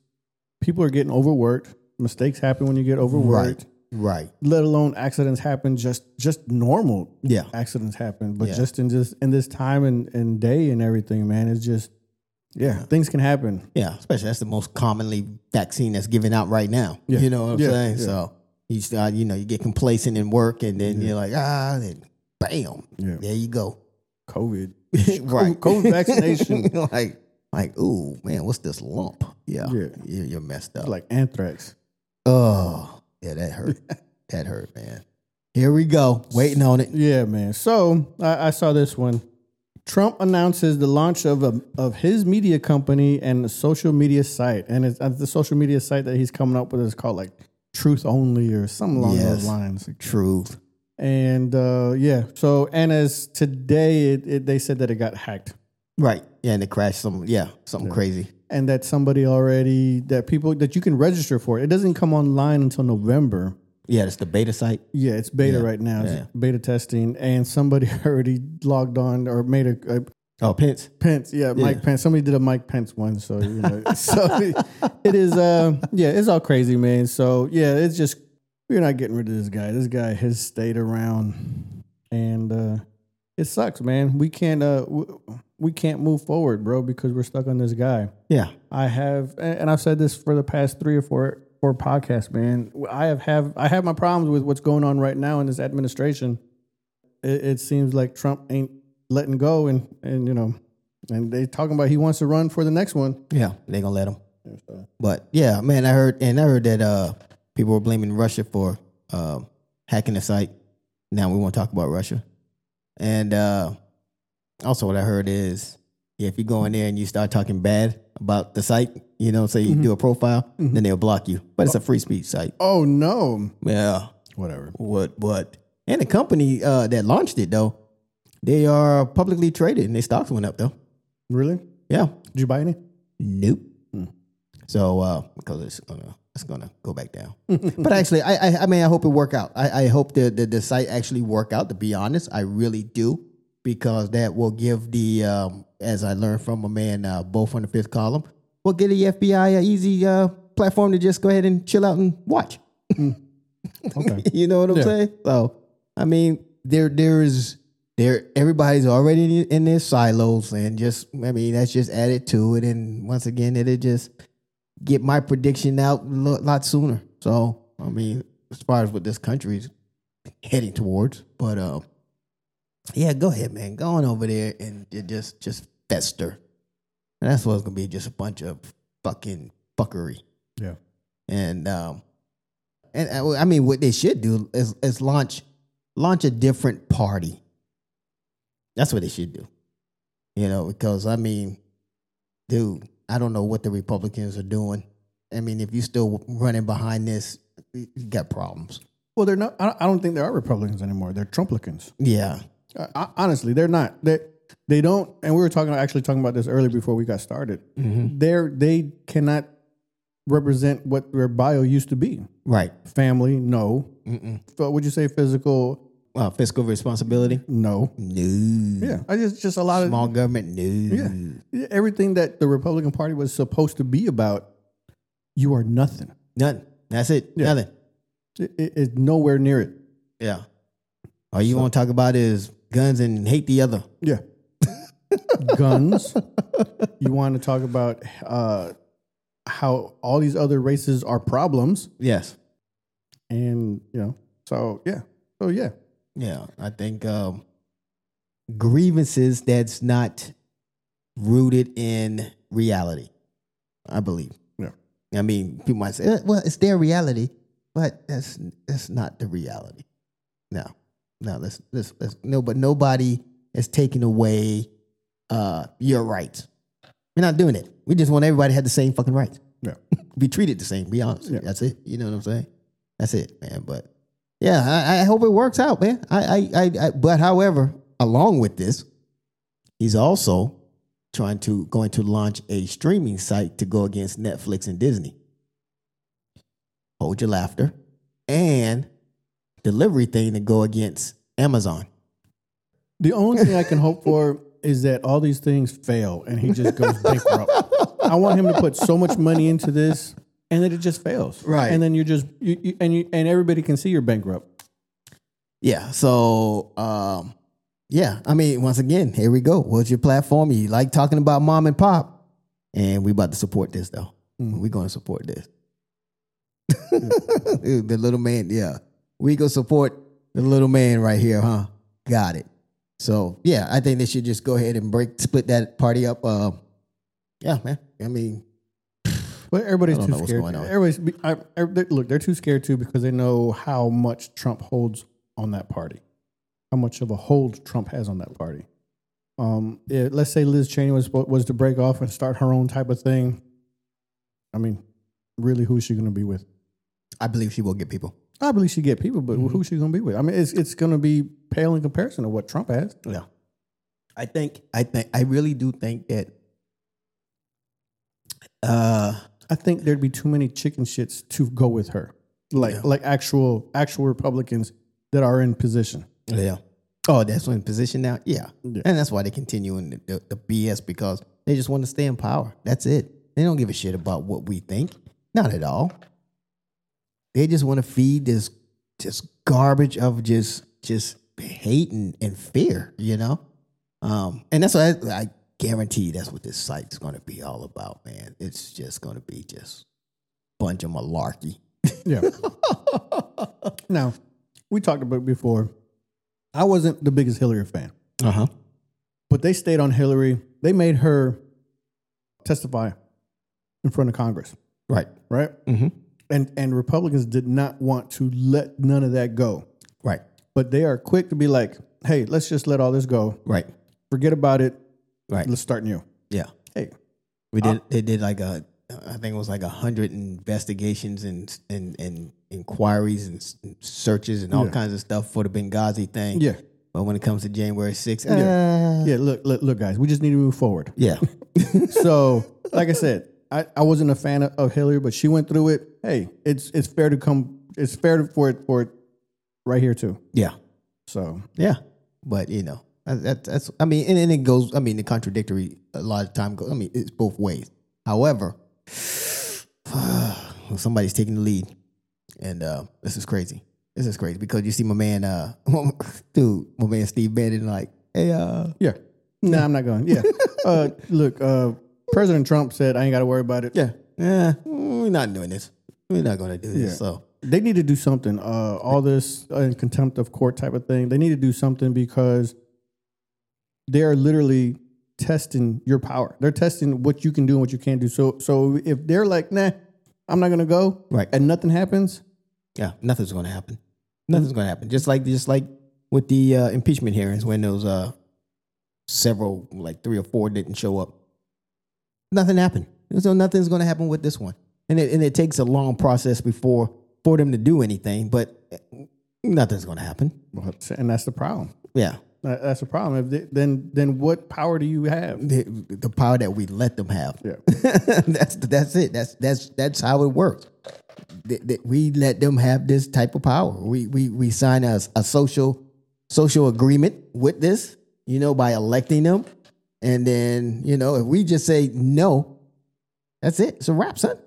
[SPEAKER 1] people are getting overworked. Mistakes happen when you get overworked.
[SPEAKER 2] right,
[SPEAKER 1] Let alone accidents happen. Just just normal
[SPEAKER 2] yeah,
[SPEAKER 1] accidents happen, but
[SPEAKER 2] Yeah.
[SPEAKER 1] just in just in this time and, and day and everything, man, it's just yeah, things can happen.
[SPEAKER 2] yeah. Especially that's the most commonly vaccine that's given out right now.
[SPEAKER 1] Yeah.
[SPEAKER 2] You know what I'm
[SPEAKER 1] Yeah,
[SPEAKER 2] saying?
[SPEAKER 1] yeah.
[SPEAKER 2] So you start, you know, you get complacent in work, and then you're like, ah, then bam,
[SPEAKER 1] Yeah.
[SPEAKER 2] there
[SPEAKER 1] [laughs]
[SPEAKER 2] you go.
[SPEAKER 1] COVID,
[SPEAKER 2] [laughs] right,
[SPEAKER 1] COVID vaccination.
[SPEAKER 2] [laughs] like, like, ooh, man, what's this lump? Yeah,
[SPEAKER 1] Yeah.
[SPEAKER 2] You- you're messed up.
[SPEAKER 1] like anthrax.
[SPEAKER 2] Oh, yeah,
[SPEAKER 1] [laughs]
[SPEAKER 2] that hurt. that hurt, man. Here we go. Waiting on it.
[SPEAKER 1] Yeah, man. So I, I saw this one. Trump announces the launch of a, of his media company and a social media site, and it's, uh, the social media site that he's coming up with is called like Truth Only or something along
[SPEAKER 2] Yes.
[SPEAKER 1] those lines.
[SPEAKER 2] Truth.
[SPEAKER 1] And uh, yeah, so and as today, it, it, they said that it got hacked.
[SPEAKER 2] Right. Yeah, and it crashed some yeah, something crazy.
[SPEAKER 1] and that somebody already that people that you can register for it. It doesn't come online until November.
[SPEAKER 2] Yeah, it's the beta site.
[SPEAKER 1] Yeah, it's beta right now. It's
[SPEAKER 2] Yeah.
[SPEAKER 1] beta testing, and somebody [laughs] already logged on or made a, a
[SPEAKER 2] Oh, Pence.
[SPEAKER 1] Pence. Yeah, Mike Pence. Somebody did a Mike Pence one, so you know. [laughs] so it is. Uh, yeah, it's all crazy, man. So yeah, it's just we're not getting rid of this guy. This guy has stayed around, and uh, it sucks, man. We can't. Uh, w- we can't move forward, bro, because we're stuck on this guy.
[SPEAKER 2] Yeah.
[SPEAKER 1] I have, and and I've said this for the past three or four four podcasts, man. I have have I have my problems with what's going on right now in this administration. It, it seems like Trump ain't letting go, and and you know, and they talking about he wants to run for the next one.
[SPEAKER 2] Yeah. They gonna let him. But yeah, man, I heard and I heard that uh people were blaming Russia for um hacking the site. Now we won't talk about Russia. And uh also what I heard is yeah, if you go in there and you start talking bad about the site, you know, say you do a profile, then they'll block you. But it's a free speech
[SPEAKER 1] Mm-hmm.
[SPEAKER 2] site.
[SPEAKER 1] Oh no!
[SPEAKER 2] Yeah.
[SPEAKER 1] Whatever.
[SPEAKER 2] What what? And the company uh, that launched it though, they are publicly traded and their stocks went up though.
[SPEAKER 1] Really?
[SPEAKER 2] Yeah.
[SPEAKER 1] Did you buy any?
[SPEAKER 2] Nope. So uh, because it's gonna it's gonna go back down. but actually, I, I I mean I hope it work out. I, I hope the, the the site actually work out. To be honest, I really do because that will give the um, as I learned from a man uh, both on the fifth column, will give the FBI a easy uh, platform to just go ahead and chill out and watch.
[SPEAKER 1] Okay.
[SPEAKER 2] [laughs] you know what I'm
[SPEAKER 1] Yeah.
[SPEAKER 2] saying? So I mean, there there is there everybody's already in, in their silos, and just I mean that's just added to it. And once again, it'll just get my prediction out a lo- lot sooner. So I mean, as far as what this country's heading towards, but um, yeah, go ahead, man. Go on over there and ju- just just fester. And that's what it's gonna be, just a bunch of fucking fuckery
[SPEAKER 1] yeah.
[SPEAKER 2] and um, and uh, I mean, what they should do is is launch launch a different party. That's what they should do, you know. Because I mean, dude, I don't know what the Republicans are doing. I mean, if you still running behind this, you you got problems.
[SPEAKER 1] Well, they're not. I I don't think there are Republicans anymore. They're Trumplicans.
[SPEAKER 2] Yeah,
[SPEAKER 1] I, I, Uh, honestly, they're not. They they don't. And we were talking actually talking about this earlier before we got started.
[SPEAKER 2] Mm-hmm.
[SPEAKER 1] They're they cannot represent what their bio used to be.
[SPEAKER 2] right.
[SPEAKER 1] Family, no.
[SPEAKER 2] Mm-mm.
[SPEAKER 1] But would you say physical?
[SPEAKER 2] Uh, fiscal responsibility,
[SPEAKER 1] No.
[SPEAKER 2] no.
[SPEAKER 1] Yeah, I just just a lot
[SPEAKER 2] Small government, no.
[SPEAKER 1] of everything that the Republican Party was supposed to be about. You are nothing.
[SPEAKER 2] Nothing. That's it.
[SPEAKER 1] Yeah.
[SPEAKER 2] Nothing.
[SPEAKER 1] It, it- it's nowhere near it. [laughs]
[SPEAKER 2] Yeah. All you want to talk about is guns and hate the other.
[SPEAKER 1] Yeah. Guns. You want to talk about uh, how all these other races are problems,
[SPEAKER 2] Yes.
[SPEAKER 1] and you know, so yeah, so yeah,
[SPEAKER 2] Yeah, I think um, grievances that's not rooted in reality. I believe.
[SPEAKER 1] Yeah.
[SPEAKER 2] I mean, people might say, "Eh, "Well, it's their reality," but that's that's not the reality. No, no, that's that's, that's no, but nobody is taking away uh, your rights. We're not doing it. We just want everybody to have the same fucking rights.
[SPEAKER 1] Yeah.
[SPEAKER 2] [laughs] be treated the same. Be honest.
[SPEAKER 1] Yeah.
[SPEAKER 2] That's it. You know what I'm saying? That's it, man. But yeah, I, I hope it works out, man. I, I, I, I, but however, along with this, he's also trying to going to launch a streaming site to go against Netflix and Disney. Hold your laughter, and delivery thing to go against Amazon.
[SPEAKER 1] The only thing I can hope for is that all these things fail and he just [laughs] goes bankrupt. I want him to put so much money into this and then it just fails.
[SPEAKER 2] Right.
[SPEAKER 1] And then you're just you, you and you and everybody can see you're bankrupt.
[SPEAKER 2] Yeah. So, um, yeah. I mean, once again, here we go. What's your platform? You like talking about mom and pop, and we about to support this though. We going to support this. [laughs] the little man. Yeah, we go support the little man right here, huh? Got it. So yeah, I think they should just go ahead and break split that party up. Uh, yeah, man. I mean,
[SPEAKER 1] But everybody's
[SPEAKER 2] I don't
[SPEAKER 1] too
[SPEAKER 2] know what's
[SPEAKER 1] scared.
[SPEAKER 2] going on.
[SPEAKER 1] Everybody's be- I, every- they- look, they're too scared too because they know how much Trump holds on that party. How much of a hold Trump has on that party. Um, yeah, let's say Liz Cheney was was to break off and start her own type of thing. I mean, really, who is she going to be with?
[SPEAKER 2] I believe she will get people.
[SPEAKER 1] I believe she get people,
[SPEAKER 2] Mm-hmm.
[SPEAKER 1] but who's she gonna be with? I mean, it's it's gonna be pale in comparison to what Trump has.
[SPEAKER 2] Yeah. I think I think I really do think that uh
[SPEAKER 1] I think there'd be too many chicken shits to go with her, like
[SPEAKER 2] Yeah.
[SPEAKER 1] like actual actual Republicans that are in position.
[SPEAKER 2] yeah. Oh, that's in position now. Yeah.
[SPEAKER 1] Yeah.
[SPEAKER 2] And that's why they continuing the, the, the BS because they just want to stay in power. That's it. They don't give a shit about what we think. Not at all. They just want to feed this just garbage of just just hate and, and fear, you know? Um, and that's what I, I guarantee that's what this site's gonna be all about, man. It's just gonna be just bunch of malarkey. [laughs]
[SPEAKER 1] Yeah. now, we talked about it before. I wasn't the biggest Hillary fan,
[SPEAKER 2] Uh-huh.
[SPEAKER 1] but they stayed on Hillary. They made her testify in front of Congress,
[SPEAKER 2] Right.
[SPEAKER 1] right?
[SPEAKER 2] Mm-hmm.
[SPEAKER 1] And and Republicans did not want to let none of that go.
[SPEAKER 2] Right.
[SPEAKER 1] but they are quick to be like, "Hey, let's just let all this go.
[SPEAKER 2] Right.
[SPEAKER 1] Forget about it.
[SPEAKER 2] Right.
[SPEAKER 1] Let's start new."
[SPEAKER 2] Yeah.
[SPEAKER 1] Hey,
[SPEAKER 2] We
[SPEAKER 1] Uh,
[SPEAKER 2] did. they did like a. I think it was like a hundred investigations and and and inquiries and s- searches and all
[SPEAKER 1] Yeah.
[SPEAKER 2] kinds of stuff for the Benghazi thing.
[SPEAKER 1] yeah,
[SPEAKER 2] But when it comes to January 6th, uh,
[SPEAKER 1] yeah. Look, look, look, guys. We just need to move forward.
[SPEAKER 2] yeah,
[SPEAKER 1] So, like I said, I, I wasn't a fan of, of Hillary, but she went through it. Hey, it's it's fair to come. It's fair to, for it for it right here too.
[SPEAKER 2] yeah,
[SPEAKER 1] So
[SPEAKER 2] yeah. But you know, that, that, that's. I mean, and, and it goes. I mean, the contradictory a lot of time goes. I mean, it's both ways. However, [sighs] somebody's taking the lead, and uh, this is crazy. This is crazy because you see my man, uh, [laughs] dude, my man Steve Bannon, like, hey, uh,
[SPEAKER 1] yeah. No, I'm not going. Yeah. uh, [laughs] look, uh, President Trump said I ain't got to worry about it.
[SPEAKER 2] Yeah. Yeah. We're not doing this. We're not going to do this.
[SPEAKER 1] Yeah.
[SPEAKER 2] So,
[SPEAKER 1] they need to do something. Uh, all this uh, contempt of court type of thing. They need to do something because they are literally testing your power. They're testing what you can do and what you can't do. So, so if they're like, "Nah, I'm not gonna go,"
[SPEAKER 2] Right.
[SPEAKER 1] and nothing happens,
[SPEAKER 2] yeah, nothing's going to happen. Nothing's going to happen. Just like, just like with the uh, impeachment hearings when those uh, several, like three or four didn't show up, nothing happened. So, nothing's going to happen with this one. And it, and it takes a long process before for them to do anything, but uh, nothing's going to happen.
[SPEAKER 1] well, and that's the problem.
[SPEAKER 2] Yeah.
[SPEAKER 1] That- That's the problem. If they, then, then what power do you have?
[SPEAKER 2] the, the power that we let them have.
[SPEAKER 1] [laughs] Yeah.
[SPEAKER 2] [laughs] that's that's it. That's that's that's how it works. Th- th- we let them have this type of power. We we we sign a, a social social agreement with this, you know, by electing them, and then you know if we just say no, that's it. It's a wrap, son.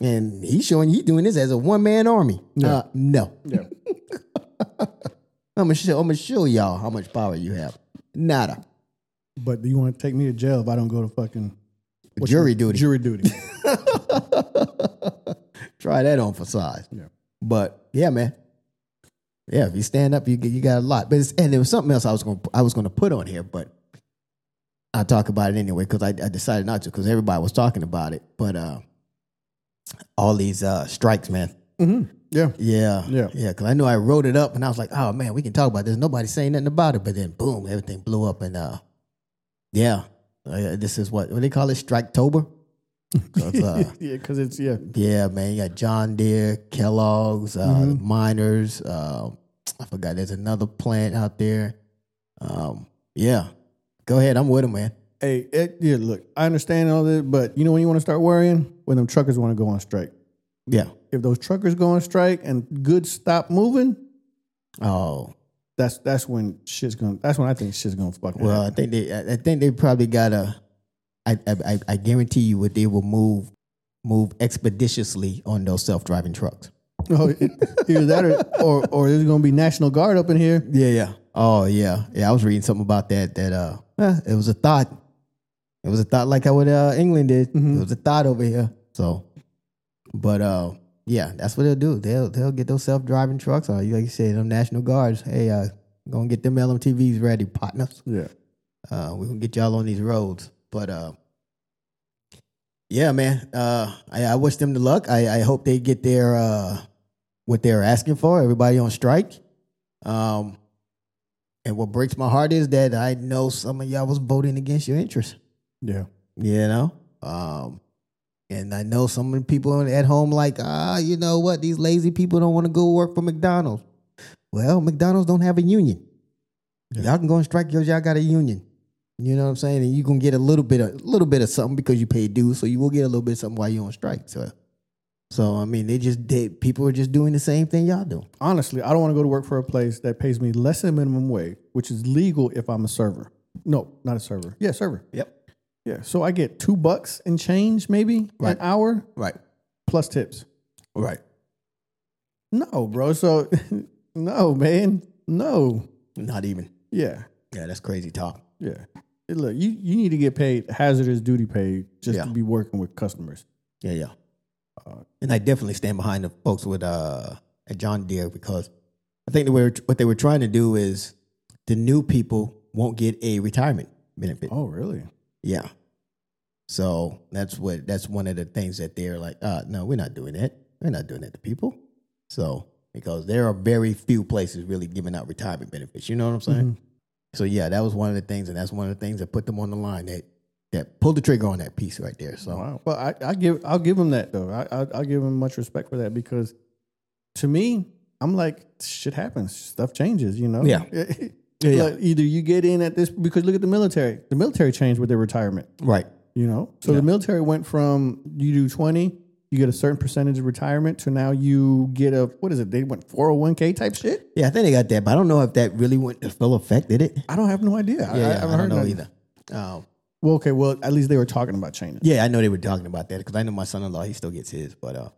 [SPEAKER 2] And he's showing he doing this as a one man army. Uh, no.
[SPEAKER 1] Yeah.
[SPEAKER 2] I'm gonna show I'm gonna show y'all how much power you have. Nada.
[SPEAKER 1] But you want to take me to jail if I don't go to fucking
[SPEAKER 2] Jury duty.
[SPEAKER 1] jury [laughs] duty?
[SPEAKER 2] Try that on for size.
[SPEAKER 1] Yeah.
[SPEAKER 2] But yeah, man. Yeah, if you stand up, you get- you got a lot. But it's, and there was something else I was going to I was going to put on here, but I talk about it anyway because I, I decided not to because everybody was talking about it. But uh, all these uh, strikes, man.
[SPEAKER 1] Mm-hmm. Yeah.
[SPEAKER 2] Yeah,
[SPEAKER 1] Yeah.
[SPEAKER 2] yeah. Because I knew I wrote it up, and I was like, "Oh man, we can talk about this." Nobody's saying nothing about it, but then boom, everything blew up, and uh, yeah, Uh, this is what what do they call it, Striketober.
[SPEAKER 1] [laughs]
[SPEAKER 2] 'Cause, uh,
[SPEAKER 1] yeah, because it's, yeah.
[SPEAKER 2] yeah, man, you got John Deere, Kellogg's, uh, Miners. Uh, I forgot there's another plant out there. Um, yeah, go ahead, I'm with him, man.
[SPEAKER 1] Hey, it, yeah, look, I understand all this, but you know when you want to start worrying? When them truckers want to go on strike.
[SPEAKER 2] Yeah.
[SPEAKER 1] If those truckers go on strike and goods stop moving,
[SPEAKER 2] Oh
[SPEAKER 1] that's that's when shit's gonna. That's when I think shit's gonna fucking. [laughs]
[SPEAKER 2] well,
[SPEAKER 1] Well,
[SPEAKER 2] I think they, I I think they probably got a. I I I- I guarantee you, what they will move move expeditiously on those self driving trucks.
[SPEAKER 1] Oh, [laughs] either that or, or or there's gonna be national guard up in here.
[SPEAKER 2] Yeah, yeah. Oh yeah, yeah. I was reading something about that. That uh, eh, it was a thought. It was a thought like how what uh, England did. It was a thought over here. So, but uh, yeah, that's what they'll do. They'll they'll get those self driving trucks or you like you said, them national guards. Hey, uh, gonna get them LMTVs ready, partners.
[SPEAKER 1] Yeah.
[SPEAKER 2] Uh, we're gonna get y'all on these roads. But uh, yeah, man. Uh, I, I wish them the luck. I, I hope they get their uh, what they're asking for. Everybody on strike. Um, and what breaks my heart is that I know some of y'all was voting against your interests.
[SPEAKER 1] Yeah.
[SPEAKER 2] You know. Um, and I know some of the people at home like, ah, you know what? These lazy people don't want to go work for McDonald's. Well, McDonald's don't have a union.
[SPEAKER 1] Yeah.
[SPEAKER 2] Y'all can go and strike because y'all got a union. You know what I'm saying? And you can get a little bit of little bit of something because you pay dues, so you will get a little bit of something while you're on strike. So, so I mean, they just did. People are just doing the same thing y'all do.
[SPEAKER 1] Honestly, I don't want to go to work for a place that pays me less than minimum wage, which is legal if I'm a server. No, not a server. Yeah, server.
[SPEAKER 2] Yep.
[SPEAKER 1] Yeah. So I get two bucks and change maybe
[SPEAKER 2] Right.
[SPEAKER 1] an hour
[SPEAKER 2] Right.
[SPEAKER 1] plus tips.
[SPEAKER 2] Right.
[SPEAKER 1] No, bro. So [laughs] no, man. No.
[SPEAKER 2] Not even.
[SPEAKER 1] Yeah.
[SPEAKER 2] Yeah, that's crazy talk.
[SPEAKER 1] Yeah. Hey, Look, you, you need to get paid hazardous duty paid just
[SPEAKER 2] Yeah.
[SPEAKER 1] to be working with customers.
[SPEAKER 2] Yeah, yeah. and I definitely stand behind the folks with uh at John Deere because I think they were what they were trying to do is the new people won't get a retirement benefit.
[SPEAKER 1] Oh, really?
[SPEAKER 2] Yeah. So that's what that's one of the things that they're like, uh, no, we're not doing that. We're not doing that to people. So because there are very few places really giving out retirement benefits. You know what I'm saying? So yeah, that was one of the things, and that's one of the things that put them on the line that that pulled the trigger on that piece right there. So
[SPEAKER 1] Wow. Oh, Well, I, I give I'll give him that though. I, I I'll give him much respect for that because to me, I'm like shit happens, stuff changes. You know. [laughs]
[SPEAKER 2] Yeah. yeah.
[SPEAKER 1] Like, either you get in at this because look at the military. The military changed with their retirement.
[SPEAKER 2] right.
[SPEAKER 1] You know. So the military went from you do 20, you get a certain percentage of retirement to now you get a what is it? They went 401k type shit.
[SPEAKER 2] Yeah, I think they got that, but I don't know if that really went to full effect, did it?
[SPEAKER 1] I don't have no idea. I, I
[SPEAKER 2] yeah,
[SPEAKER 1] haven't
[SPEAKER 2] I don't
[SPEAKER 1] heard
[SPEAKER 2] know
[SPEAKER 1] nothing.
[SPEAKER 2] either. Um,
[SPEAKER 1] Well, okay. Well, at least they were talking about changing.
[SPEAKER 2] yeah, I know they were talking about that because I know my son-in-law he still gets his, but uh,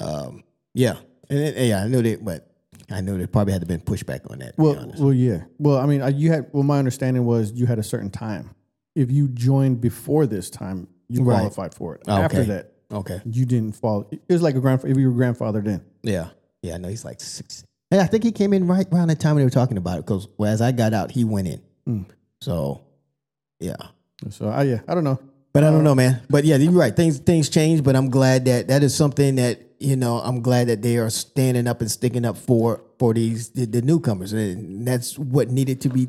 [SPEAKER 2] um, yeah, and it, yeah, I know that, but I know there probably had to been pushback on that. to be
[SPEAKER 1] Well,
[SPEAKER 2] honest.
[SPEAKER 1] well, yeah. Well, I mean, I, you had. Well, my understanding was you had a certain time. If you joined before this time, you
[SPEAKER 2] Right.
[SPEAKER 1] qualified for it.
[SPEAKER 2] Oh, okay.
[SPEAKER 1] After that,
[SPEAKER 2] okay,
[SPEAKER 1] you didn't fall. It was like a grandfather. If you were grandfathered in,
[SPEAKER 2] yeah, yeah, I know he's like six. Hey, I think he came in right around the time they were talking about it because well, as I got out, he went in.
[SPEAKER 1] Hmm.
[SPEAKER 2] So, yeah,
[SPEAKER 1] so I, yeah, I don't know.
[SPEAKER 2] But I
[SPEAKER 1] Um,
[SPEAKER 2] don't know, man. But yeah, you're right. Things things change, but I'm glad that that is something that you know. I'm glad that they are standing up and sticking up for for these the, the newcomers, and that's what needed to be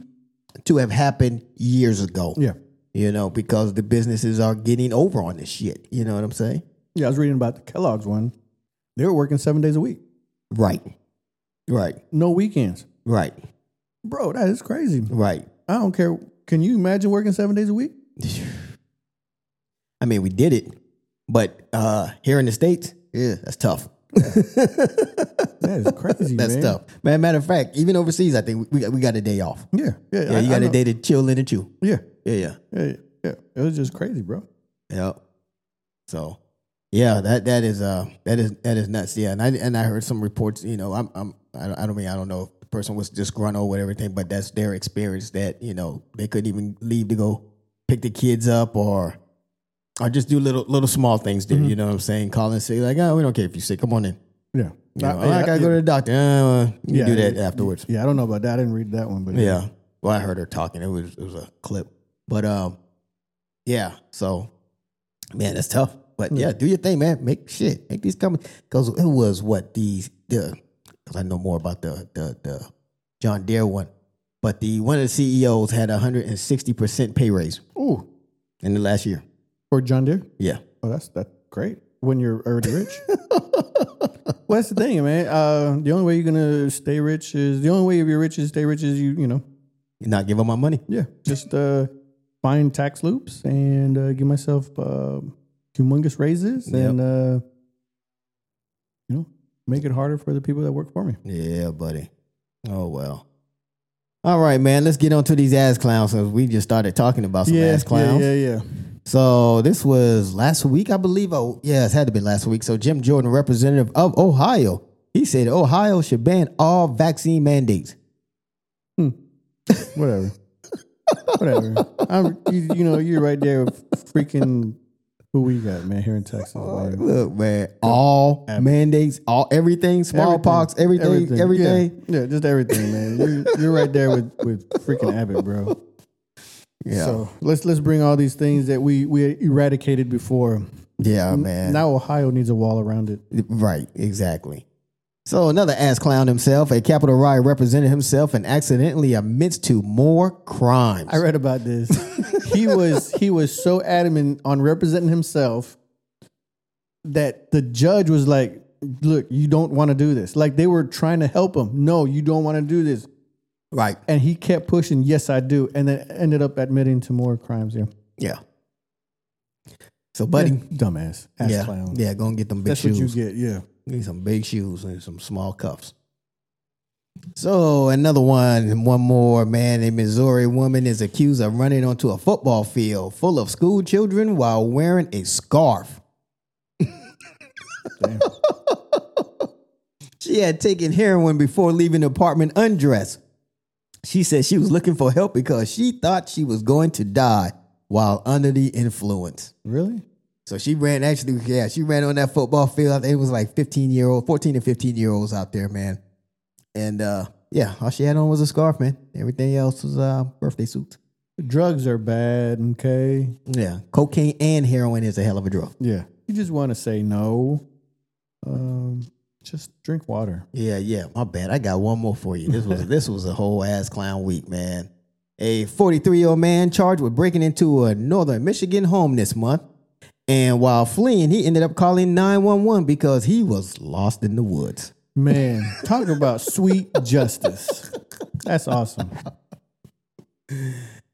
[SPEAKER 2] to have happened years ago.
[SPEAKER 1] Yeah,
[SPEAKER 2] You know, because the businesses are getting over on this shit. You know what I'm saying?
[SPEAKER 1] yeah. I was reading about the Kellogg's one. They were working seven days a week,
[SPEAKER 2] Right, right,
[SPEAKER 1] no weekends,
[SPEAKER 2] right,
[SPEAKER 1] bro. That is crazy.
[SPEAKER 2] right.
[SPEAKER 1] I don't care. Can you imagine working seven days a week?
[SPEAKER 2] I mean, we did it, but uh here in the states, yeah,
[SPEAKER 1] [laughs]
[SPEAKER 2] that's tough.
[SPEAKER 1] That
[SPEAKER 2] [laughs]
[SPEAKER 1] is crazy.
[SPEAKER 2] That's
[SPEAKER 1] man.
[SPEAKER 2] tough. Man, matter of fact, even overseas, I think we, we, got, we got a day off.
[SPEAKER 1] Yeah, yeah.
[SPEAKER 2] Yeah,
[SPEAKER 1] I-
[SPEAKER 2] you
[SPEAKER 1] I
[SPEAKER 2] got a
[SPEAKER 1] know.
[SPEAKER 2] day to chill and to chew.
[SPEAKER 1] Yeah,
[SPEAKER 2] Yeah, yeah,
[SPEAKER 1] yeah, yeah, yeah. It was just crazy, bro.
[SPEAKER 2] yeah. So, yeah, that that is uh that is that is nuts. Yeah, and I and I heard some reports. You know, I'm I'm I don't, I don't mean I don't know if the person was disgruntled with everything, but that's their experience that you know they couldn't even leave to go pick the kids up or or just do little little small things.
[SPEAKER 1] Mm-hmm.
[SPEAKER 2] There, you know what I'm saying? Call and say like, oh, we don't care if you sick. Come on in.
[SPEAKER 1] Yeah.
[SPEAKER 2] You know,
[SPEAKER 1] I-
[SPEAKER 2] "Oh, I
[SPEAKER 1] yeah,
[SPEAKER 2] gotta go to the doctor. Uh, you
[SPEAKER 1] Yeah,
[SPEAKER 2] do that
[SPEAKER 1] yeah.
[SPEAKER 2] afterwards.
[SPEAKER 1] Yeah, I don't know about that. I didn't read that one, but
[SPEAKER 2] Yeah. Well, I heard her talking. It was it was a clip. But um, yeah. So, man, that's tough. But
[SPEAKER 1] Mm.
[SPEAKER 2] yeah, do your thing, man. Make shit. Make these comments because it was what these the because I know more about the the the John Deere one, but the one of the CEOs had a hundred and sixty percent pay raise
[SPEAKER 1] Ooh,
[SPEAKER 2] in the last year.
[SPEAKER 1] for John Deere.
[SPEAKER 2] Yeah.
[SPEAKER 1] Oh, that's that's great when you're already
[SPEAKER 2] [laughs]
[SPEAKER 1] rich. well, that's the thing, man. Uh, the only way you're gonna stay rich is the only way if you're rich is stay rich is you you know
[SPEAKER 2] Not giving my money.
[SPEAKER 1] yeah just uh, find tax loops and uh, give myself uh, humongous raises
[SPEAKER 2] Yep.
[SPEAKER 1] and uh, you know make it harder for the people that work for me.
[SPEAKER 2] Yeah, buddy. Oh well. All right, man. Let's get on to these ass clowns since we just started talking about some ass clowns.
[SPEAKER 1] yeah, yeah, yeah.
[SPEAKER 2] So this was last week, I believe. Oh, yeah, it had to be last week. So Jim Jordan, representative of Ohio, he said Ohio should ban all vaccine mandates.
[SPEAKER 1] Whatever. Whatever. I'm, you, you know, you're right there with freaking who we got, man, here in Texas. man.
[SPEAKER 2] Look, man, all
[SPEAKER 1] Oh, Ab-
[SPEAKER 2] mandates, all everything, smallpox, everything, everything.
[SPEAKER 1] Yeah. yeah, just everything, man. You're, you're right there with, with freaking Abbott, bro.
[SPEAKER 2] Yeah,
[SPEAKER 1] So let's let's bring all these things that we, we eradicated before.
[SPEAKER 2] yeah, man.
[SPEAKER 1] Now Ohio needs a wall around it.
[SPEAKER 2] Right, exactly. So another ass clown himself, a Capitol riot represented himself and accidentally admits to more crimes.
[SPEAKER 1] I read about [laughs] this. he was he was so adamant on representing himself that the judge was like, "Look, you don't want to do this." Like they were trying to help him. No, you don't want to do this.
[SPEAKER 2] right.
[SPEAKER 1] And he kept pushing, "Yes, I do." And then ended up admitting to more crimes. Yeah,
[SPEAKER 2] Yeah. So, buddy,
[SPEAKER 1] dumbass, ass
[SPEAKER 2] yeah,
[SPEAKER 1] clown.
[SPEAKER 2] yeah, go and get them big
[SPEAKER 1] That's
[SPEAKER 2] shoes.
[SPEAKER 1] what you get. Yeah.
[SPEAKER 2] Need some big shoes and some small cuffs. So another one, and one more man. A Missouri woman is accused of running onto a football field full of school children while wearing a scarf. [laughs]
[SPEAKER 1] Damn.
[SPEAKER 2] She had taken heroin before leaving the apartment undressed. She said she was looking for help because she thought she was going to die while under the influence.
[SPEAKER 1] Really?
[SPEAKER 2] So she ran actually, yeah, she ran on that football field. I think it was like 15 year old, 14 and 15 year olds out there, man. And uh yeah, all she had on was a scarf, man. Everything else was uh birthday suits.
[SPEAKER 1] Drugs are bad. Okay.
[SPEAKER 2] Yeah. Cocaine and heroin is a hell of a drug.
[SPEAKER 1] Yeah. You just want to say no. Um, just drink water.
[SPEAKER 2] Yeah, yeah. My bad. I got one more for you. This was this was a whole ass clown week, man. A 43 year old man charged with breaking into a northern Michigan home this month. And while fleeing, he ended up calling 911 because he was lost in the woods.
[SPEAKER 1] Man, talk about sweet justice. That's awesome.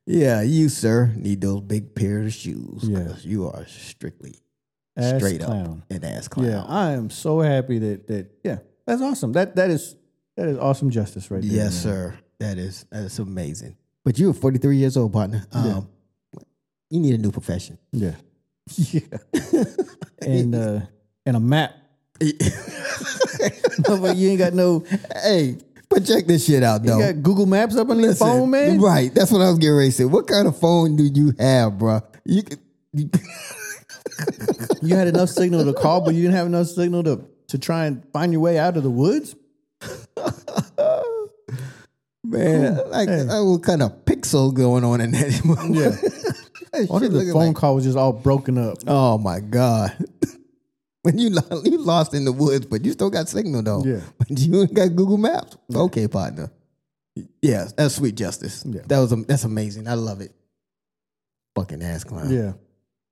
[SPEAKER 2] Yeah, you, sir, need those big pair of shoes.
[SPEAKER 1] Yeah.
[SPEAKER 2] 'cause You are strictly
[SPEAKER 1] Ass
[SPEAKER 2] straight
[SPEAKER 1] clown.
[SPEAKER 2] up an ass clown.
[SPEAKER 1] Yeah, I am so happy that that yeah, that's awesome. That that is that is awesome justice right there.
[SPEAKER 2] Yes,
[SPEAKER 1] man.
[SPEAKER 2] sir. That is that is amazing. But you're 43 years old, partner. Um, You need a new profession.
[SPEAKER 1] Yeah.
[SPEAKER 2] [laughs]
[SPEAKER 1] Yeah. and uh and a map. Motherfucker, you ain't got no
[SPEAKER 2] Hey, but check this shit out,
[SPEAKER 1] you
[SPEAKER 2] though.
[SPEAKER 1] got Google Maps up on your
[SPEAKER 2] Listen,
[SPEAKER 1] phone, man.
[SPEAKER 2] Right. That's what I was getting ready to say. What kind of phone do you have, bro? You, could- you
[SPEAKER 1] You had enough signal to call, but you didn't have enough signal to to try and find your way out of the woods.
[SPEAKER 2] man, [laughs] like uh, what kind of pixel going on in that? [laughs]
[SPEAKER 1] Yeah.
[SPEAKER 2] That
[SPEAKER 1] What
[SPEAKER 2] shit
[SPEAKER 1] if the
[SPEAKER 2] looking
[SPEAKER 1] phone
[SPEAKER 2] like-
[SPEAKER 1] call was just all broken up?
[SPEAKER 2] oh my god. [laughs] When you lo- you lost in the woods, but you still got signal though.
[SPEAKER 1] Yeah.
[SPEAKER 2] [laughs] But you ain't got Google Maps. Okay, partner. Yeah, that's sweet justice.
[SPEAKER 1] Yeah.
[SPEAKER 2] That was am- that's amazing. I love it. Fucking ass clown.
[SPEAKER 1] Yeah.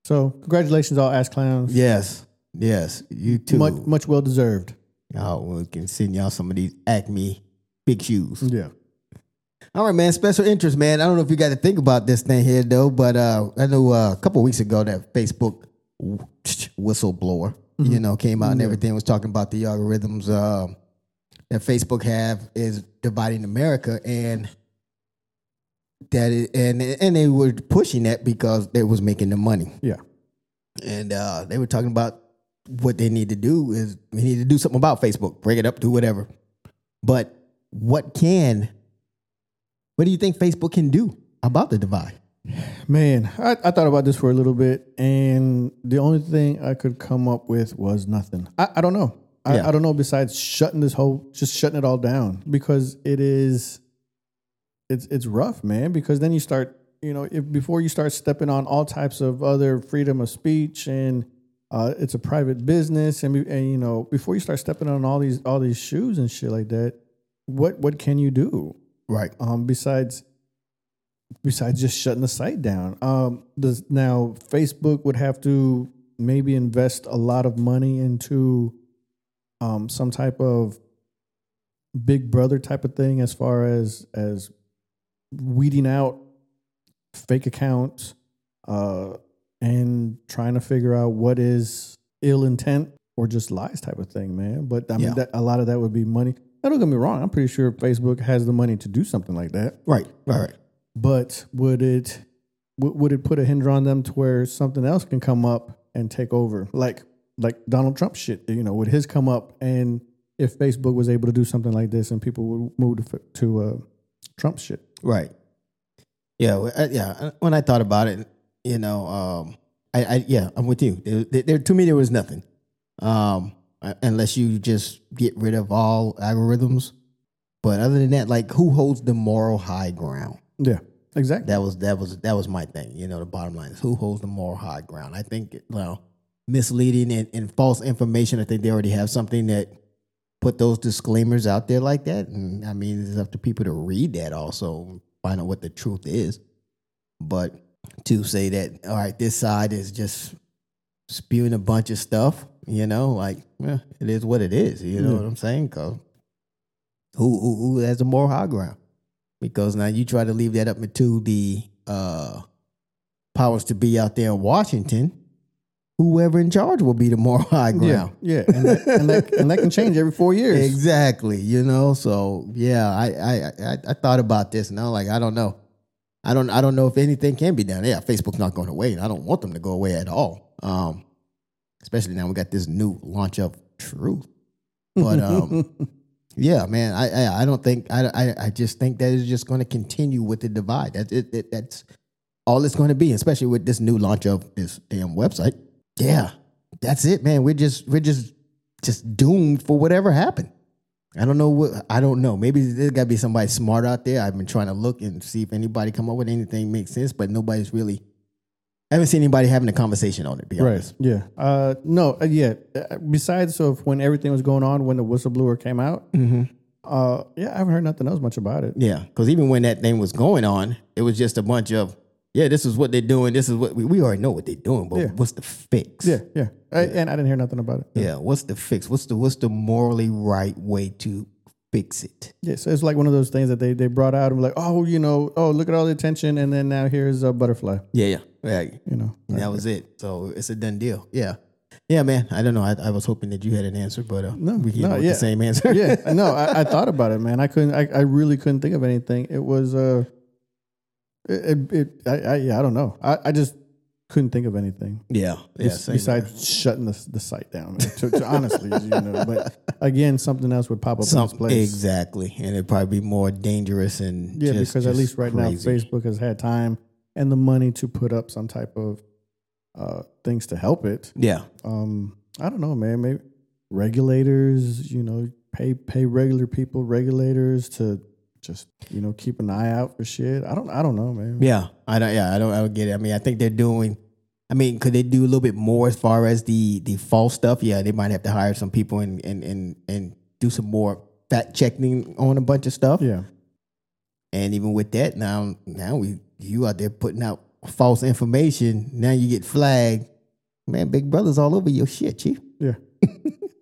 [SPEAKER 1] So congratulations, all ass clowns.
[SPEAKER 2] Yes. Yes. You too.
[SPEAKER 1] Much much well deserved.
[SPEAKER 2] Y'all we can send y'all some of these Acme big shoes.
[SPEAKER 1] Yeah.
[SPEAKER 2] All right, man. Special interest, man. I don't know if you got to think about this thing here though, but uh, I know uh, a couple weeks ago that Facebook [sniffs] whistleblower, you know, came out and everything was talking about the algorithms um that Facebook have is dividing America and that it, and and they were pushing that because they was making the money
[SPEAKER 1] Yeah.
[SPEAKER 2] and uh, they were talking about what they need to do is we need to do something about Facebook, break it up, do whatever. But what can, what do you think Facebook can do about the divide?
[SPEAKER 1] Man, I, I thought about this for a little bit, and the only thing I could come up with was nothing. I, I don't know. I,
[SPEAKER 2] Yeah.
[SPEAKER 1] I don't know besides shutting this whole just shutting it all down because it is it's it's rough, man, because then you start you know, if, before you start stepping on all types of other freedom of speech and uh, it's a private business, and be- and you know, before you start stepping on all these all these shoes and shit like that, what what can you do?
[SPEAKER 2] Right.
[SPEAKER 1] um, besides besides just shutting the site down. Um, does now Facebook would have to maybe invest a lot of money into um, some type of Big Brother type of thing, as far as as weeding out fake accounts uh, and trying to figure out what is ill intent or just lies type of thing, man. But I mean,
[SPEAKER 2] Yeah.
[SPEAKER 1] that, a lot of that would be money. Now, don't get me wrong. I'm pretty sure Facebook has the money to do something like that.
[SPEAKER 2] Right. Right. Right.
[SPEAKER 1] But would it w- would it put a hinder on them to where something else can come up and take over, like like Donald Trump shit? You know, would his come up and if Facebook was able to do something like this and people would move to, f- to uh, Trump shit?
[SPEAKER 2] Right. Yeah. w- uh, Yeah. uh, When I thought about it, you know, um, I, I yeah, I'm with you. There, there- there- to me, there was nothing, um, uh, unless you just get rid of all algorithms. But other than that, like, who holds the moral high ground?
[SPEAKER 1] Yeah, exactly.
[SPEAKER 2] That was that was that was my thing. You know, the bottom line is who holds the moral high ground. I think you know, misleading and, and false information. I think they already have something that put those disclaimers out there like that. And I mean, it's up to people to read that also and find out what the truth is. But to say that, all right, this side is just spewing a bunch of stuff. You know, like eh, it is what it is. You know
[SPEAKER 1] Yeah.
[SPEAKER 2] what I'm saying? 'Cause who, who who has the moral high ground? because now you try to leave that up to the uh, powers to be out there in Washington. Whoever in charge will be the moral [laughs] high
[SPEAKER 1] Yeah,
[SPEAKER 2] ground.
[SPEAKER 1] yeah, and that, and, that, and that can change every four years.
[SPEAKER 2] Exactly, you know. So yeah, I I I, I thought about this, and I'm like, I don't know, I don't I don't know if anything can be done. Yeah, Facebook's not going away, and I don't want them to go away at all. Um, especially now we got this new launch of Truth,
[SPEAKER 1] [laughs]
[SPEAKER 2] but um, yeah, man, I I, I don't think I, I I just think that is just going to continue with the divide. That it, it, that's all it's going to be, especially with this new launch of this damn website. Yeah, that's it, man. We're just we're just just doomed for whatever happened. I don't know what I don't know. Maybe there's got to be somebody smart out there. I've been trying to look and see if anybody come up with anything makes sense, but nobody's really. I haven't seen anybody having a conversation on it. Be honest.
[SPEAKER 1] [laughs] Right. Yeah. Uh, no. Uh, yeah. Uh, Besides, of when everything was going on, when the whistleblower came out, uh, yeah, I haven't heard nothing else much about it.
[SPEAKER 2] Yeah, because even when that thing was going on, it was just a bunch of, yeah, this is what they're doing. This is what we, we already know what they're doing, but
[SPEAKER 1] Yeah.
[SPEAKER 2] what's the fix?
[SPEAKER 1] Yeah. Yeah. I, and I didn't hear nothing about it.
[SPEAKER 2] yeah. What's the fix? What's the what's the morally right way to fix it?
[SPEAKER 1] Yeah. So it's like one of those things that they they brought out and were like, oh, you know, oh, look at all the attention, and then now here's a butterfly.
[SPEAKER 2] Yeah, yeah, yeah.
[SPEAKER 1] You know.
[SPEAKER 2] And That was it. So it's a done deal. Yeah, yeah, man. I don't know. I, I was hoping that you had an answer, but uh, no, we came
[SPEAKER 1] no,
[SPEAKER 2] up with
[SPEAKER 1] yeah.
[SPEAKER 2] the same answer.
[SPEAKER 1] yeah. No, I, I thought about it, man. I couldn't. I, I really couldn't think of anything. It was. Uh, it. It. it I, I. Yeah. I don't know. I. I just couldn't think of anything.
[SPEAKER 2] [laughs] yeah, yeah.
[SPEAKER 1] Bes-
[SPEAKER 2] same.
[SPEAKER 1] besides shutting the, the site down. man, To, to honestly, you know, but again, something else would pop up in its
[SPEAKER 2] Some,
[SPEAKER 1] place.
[SPEAKER 2] exactly, and it'd probably be more dangerous and
[SPEAKER 1] yeah,
[SPEAKER 2] just-
[SPEAKER 1] because at
[SPEAKER 2] just
[SPEAKER 1] least right
[SPEAKER 2] crazy.
[SPEAKER 1] now, Facebook has had time and the money to put up some type of uh, things to help it.
[SPEAKER 2] yeah,
[SPEAKER 1] Um, I don't know, man. Maybe regulators, you know, pay pay regular people, regulators to just you know keep an eye out for shit. I don't. I don't know, man.
[SPEAKER 2] Yeah, I don't. Yeah, I don't. I don't get it. I mean, I think they're doing. I mean, could they do a little bit more as far as the the false stuff? Yeah, they might have to hire some people and and and and do some more fact checking on a bunch of stuff.
[SPEAKER 1] Yeah.
[SPEAKER 2] And even with that, now now we you out there putting out false information. Now you get flagged. Man, Big Brother's all over your shit, chief. [laughs]
[SPEAKER 1] Yeah.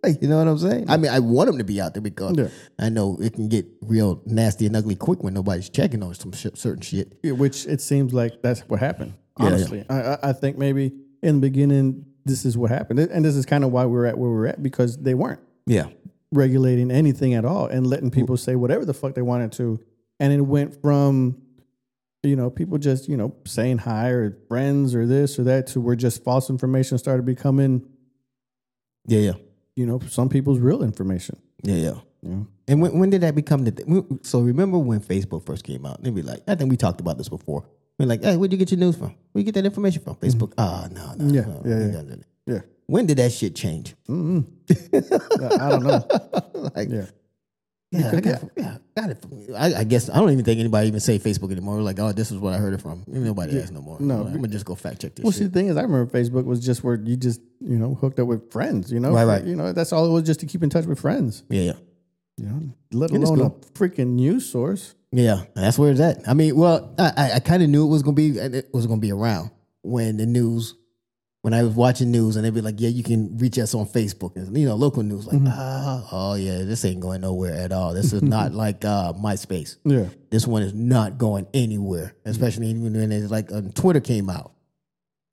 [SPEAKER 2] Like, you know what I'm saying? I mean, I want them to be out there because
[SPEAKER 1] Yeah.
[SPEAKER 2] I know it can get real nasty and ugly quick when nobody's checking on some shit, certain shit.
[SPEAKER 1] Yeah, which it seems like that's what happened.
[SPEAKER 2] Yeah, yeah.
[SPEAKER 1] Honestly, I I, I think maybe in the beginning this is what happened, and this is kind of why we're at where we're at because they weren't
[SPEAKER 2] Yeah,
[SPEAKER 1] regulating anything at all and letting people say whatever the fuck they wanted to, and it went from you know people just you know saying hi or friends or this or that to where just false information started becoming
[SPEAKER 2] yeah, yeah,
[SPEAKER 1] you know some people's real information.
[SPEAKER 2] yeah, yeah.
[SPEAKER 1] You know?
[SPEAKER 2] And when, when did that become the thing? So remember when Facebook first came out? They be like, I think we talked about this before. We're like, hey, where'd you get your news from? Where you get that information from? Facebook? Ah, no, no.
[SPEAKER 1] Mm-hmm. Yeah,
[SPEAKER 2] no,
[SPEAKER 1] yeah,
[SPEAKER 2] we
[SPEAKER 1] yeah.
[SPEAKER 2] don't do that.
[SPEAKER 1] Yeah.
[SPEAKER 2] When did that shit change?
[SPEAKER 1] [laughs] Mm-mm. I don't know.
[SPEAKER 2] like,
[SPEAKER 1] Yeah.
[SPEAKER 2] Yeah, I got, yeah, I got it. From, I, I guess I don't even think anybody even say Facebook anymore. Like, oh, this is what I heard it from. Nobody asks no more.
[SPEAKER 1] No.
[SPEAKER 2] I'm gonna just go fact check this.
[SPEAKER 1] Well,
[SPEAKER 2] shit.
[SPEAKER 1] see, the thing is, I remember Facebook was just where you just you know hooked up with friends. You know,
[SPEAKER 2] Right, right.
[SPEAKER 1] You know, that's all it was, just to keep in touch with friends.
[SPEAKER 2] Yeah, yeah.
[SPEAKER 1] You know, let
[SPEAKER 2] it's
[SPEAKER 1] alone a freaking news source.
[SPEAKER 2] Yeah, that's where it's at. I mean, well, I, I, I kind of knew it was gonna be it was gonna be around when the news, when I was watching news, and they'd be like, "Yeah, you can reach us on Facebook," and you know, local news, like, ah, "Oh yeah, this ain't going nowhere at all. This is not like uh, MySpace.
[SPEAKER 1] Yeah,
[SPEAKER 2] This one is not going anywhere." Especially even when it's like when Twitter came out.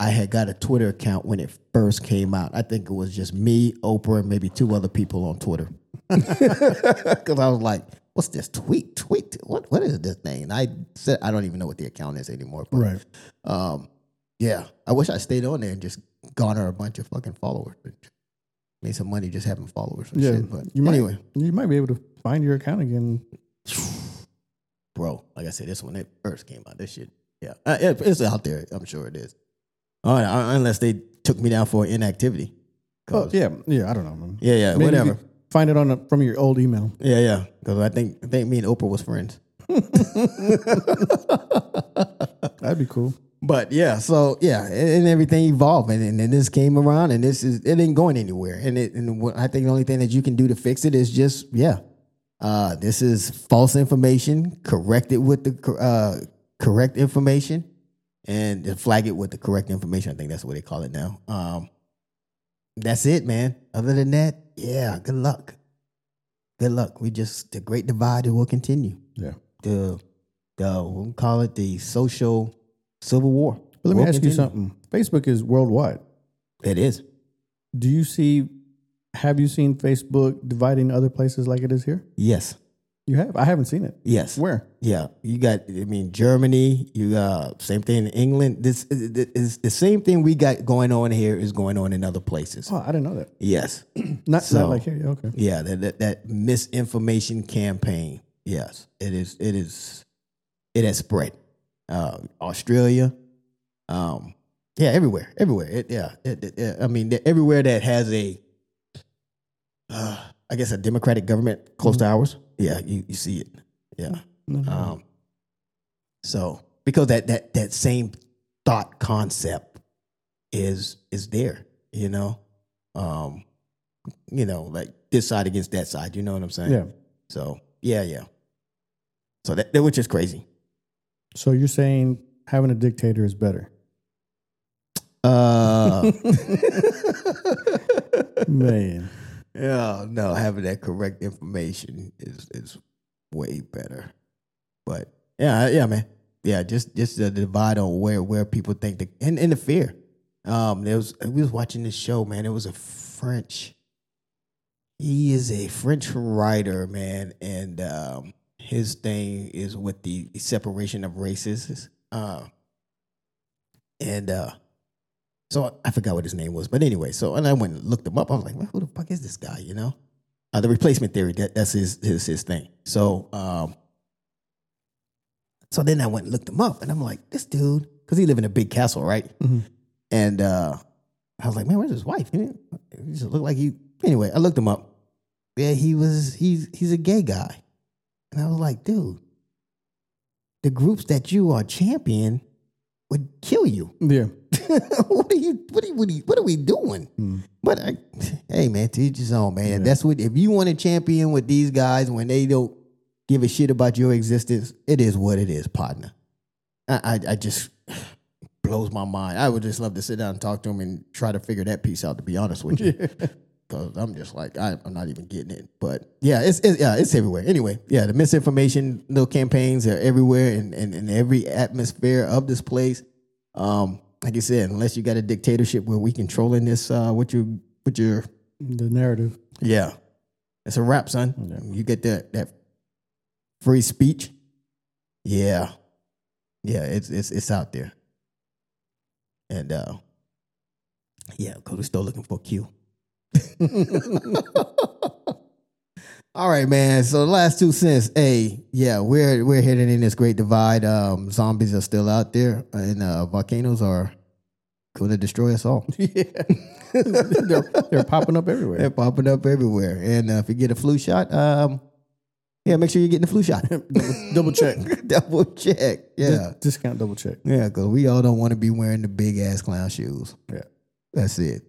[SPEAKER 2] I had got a Twitter account when it first came out. I think it was just me, Oprah, and maybe two other people on Twitter. [laughs] Because I was like, what's this tweet? Tweet? What? What is this thing? And I said, I don't even know what the account is anymore. But
[SPEAKER 1] right.
[SPEAKER 2] um, yeah, I wish I stayed on there and just garner a bunch of fucking followers. Made some money just having followers and
[SPEAKER 1] Yeah,
[SPEAKER 2] shit. But
[SPEAKER 1] you might
[SPEAKER 2] anyway,
[SPEAKER 1] you might be able to find your account again.
[SPEAKER 2] bro. Like I said, this when it first came out, this shit, yeah, uh, it- it's out there. I'm sure it is. All right, un- unless they took me down for inactivity.
[SPEAKER 1] Oh
[SPEAKER 2] 'Cause-
[SPEAKER 1] yeah, yeah. I don't know. Man.
[SPEAKER 2] yeah, yeah,
[SPEAKER 1] Maybe you
[SPEAKER 2] whatever.
[SPEAKER 1] could Find it on a, from your old email.
[SPEAKER 2] Yeah, yeah. Because I think I think me and Oprah was friends.
[SPEAKER 1] That'd be cool.
[SPEAKER 2] But yeah, so yeah, and, and everything evolved, and, and, and this came around, and this is it ain't going anywhere. And it, and what, I think the only thing that you can do to fix it is just yeah, uh, this is false information. Correct it with the cor- uh, correct information, and then flag it with the correct information. I think that's what they call it now. Um, that's it, man. Other than that, yeah, good luck. Good luck. We just the great divide will continue.
[SPEAKER 1] Yeah.
[SPEAKER 2] The the we'll call it the social civil war.
[SPEAKER 1] But let me
[SPEAKER 2] We'll
[SPEAKER 1] ask you
[SPEAKER 2] continue.
[SPEAKER 1] something. Facebook is worldwide.
[SPEAKER 2] It is.
[SPEAKER 1] Do you see? Have you seen Facebook dividing other places like it is here?
[SPEAKER 2] Yes.
[SPEAKER 1] You have. I haven't seen it.
[SPEAKER 2] Yes.
[SPEAKER 1] Where?
[SPEAKER 2] Yeah. You got. I mean, Germany. You uh, same thing in England. This is- is the same thing we got going on here is going on in other places.
[SPEAKER 1] Oh, I didn't know that.
[SPEAKER 2] Yes.
[SPEAKER 1] Not,
[SPEAKER 2] So-
[SPEAKER 1] not like here. Yeah, Okay.
[SPEAKER 2] Yeah. That, that that misinformation campaign. Yes. It is. It is. It has spread. Uh, Australia. Um. Yeah. Everywhere. Everywhere. It, yeah, it, it- yeah. I mean, that- everywhere that has a. Uh, I guess a democratic government close to ours. Yeah. You you see it. Yeah.
[SPEAKER 1] No.
[SPEAKER 2] Um, so because that that that same thought concept is is there, you know, um, you know, like this side against that side. You know what I'm saying?
[SPEAKER 1] yeah.
[SPEAKER 2] So yeah, yeah. So that, that which is crazy.
[SPEAKER 1] So you're saying having a dictator is better?
[SPEAKER 2] Uh,
[SPEAKER 1] [laughs]
[SPEAKER 2] [laughs]
[SPEAKER 1] Man,
[SPEAKER 2] yeah, no, having that correct information is is way better. But yeah, yeah, man, yeah, just just the divide on where where people think the and, and the fear. Um, there was we was watching this show, man. It was a French. He is a French writer, man, and um, his thing is with the separation of races. Uh, and uh, so I- I forgot what his name was, but anyway, so and I went and looked him up. I was like, "Man, who the fuck is this guy? You know, uh, the replacement theory. That, that's his his his thing. So um, so then I went and looked him up, and I'm like, this dude, because he live in a big castle, right?
[SPEAKER 1] Mhm.
[SPEAKER 2] And uh, I was like, man, where's his wife? He, didn't, he just looked like he. Anyway, I looked him up. Yeah, he was he's he's a gay guy, and I was like, dude, the groups that you are champion would kill you.
[SPEAKER 1] yeah,
[SPEAKER 2] [laughs] what are you? What are you, what are, you, what are we doing?
[SPEAKER 1] [laughs] Hmm.
[SPEAKER 2] But I, hey, man, teach his own, man.
[SPEAKER 1] Yeah.
[SPEAKER 2] That's what if you want to champion with these guys when they don't give a shit about your existence, it is what it is, partner. I, I, I just [sighs] blows my mind. I would just love to sit down and talk to him and try to figure that piece out. To be honest with you, because I'm just like I, I'm not even getting it. But yeah, it's, it's yeah, it's everywhere. Anyway, yeah, the misinformation, little campaigns are everywhere and in, in, every atmosphere of this place. Um, like you said, unless you got a dictatorship where we controlling this, uh, what you what your
[SPEAKER 1] the [laughs] narrative.
[SPEAKER 2] yeah, it's a wrap, son.
[SPEAKER 1] Yeah.
[SPEAKER 2] You get that that free speech. Yeah, yeah, it's it's it's out there, and uh, yeah, because we're still looking for Q. [laughs] All right, man. So the last two cents. Hey, yeah, we're we're heading in this great divide. Um, zombies are still out there, and uh, volcanoes are going to destroy us all.
[SPEAKER 1] [laughs] yeah,
[SPEAKER 2] [laughs]
[SPEAKER 1] they're, they're popping up everywhere.
[SPEAKER 2] They're popping up everywhere. And uh, if you get a flu shot, um, Yeah, make sure you're getting the flu
[SPEAKER 1] [laughs]
[SPEAKER 2] shot.
[SPEAKER 1] Double, double check.
[SPEAKER 2] [laughs] Double check. Yeah.
[SPEAKER 1] Dis- discount double check.
[SPEAKER 2] Yeah, because we all don't want to be wearing the big ass clown shoes.
[SPEAKER 1] Yeah.
[SPEAKER 2] That's it.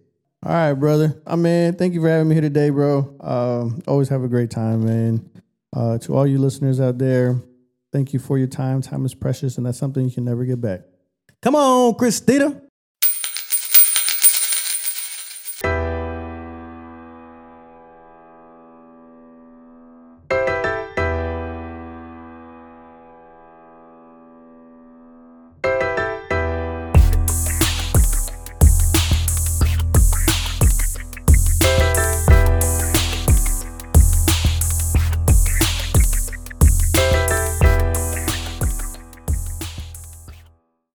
[SPEAKER 1] All right, brother. I mean, thank you for having me here today, bro. Um, always have a great time, man. Uh, to all you listeners out there, thank you for your time. Time is precious, and that's something you can never get back.
[SPEAKER 2] Come on, Christina.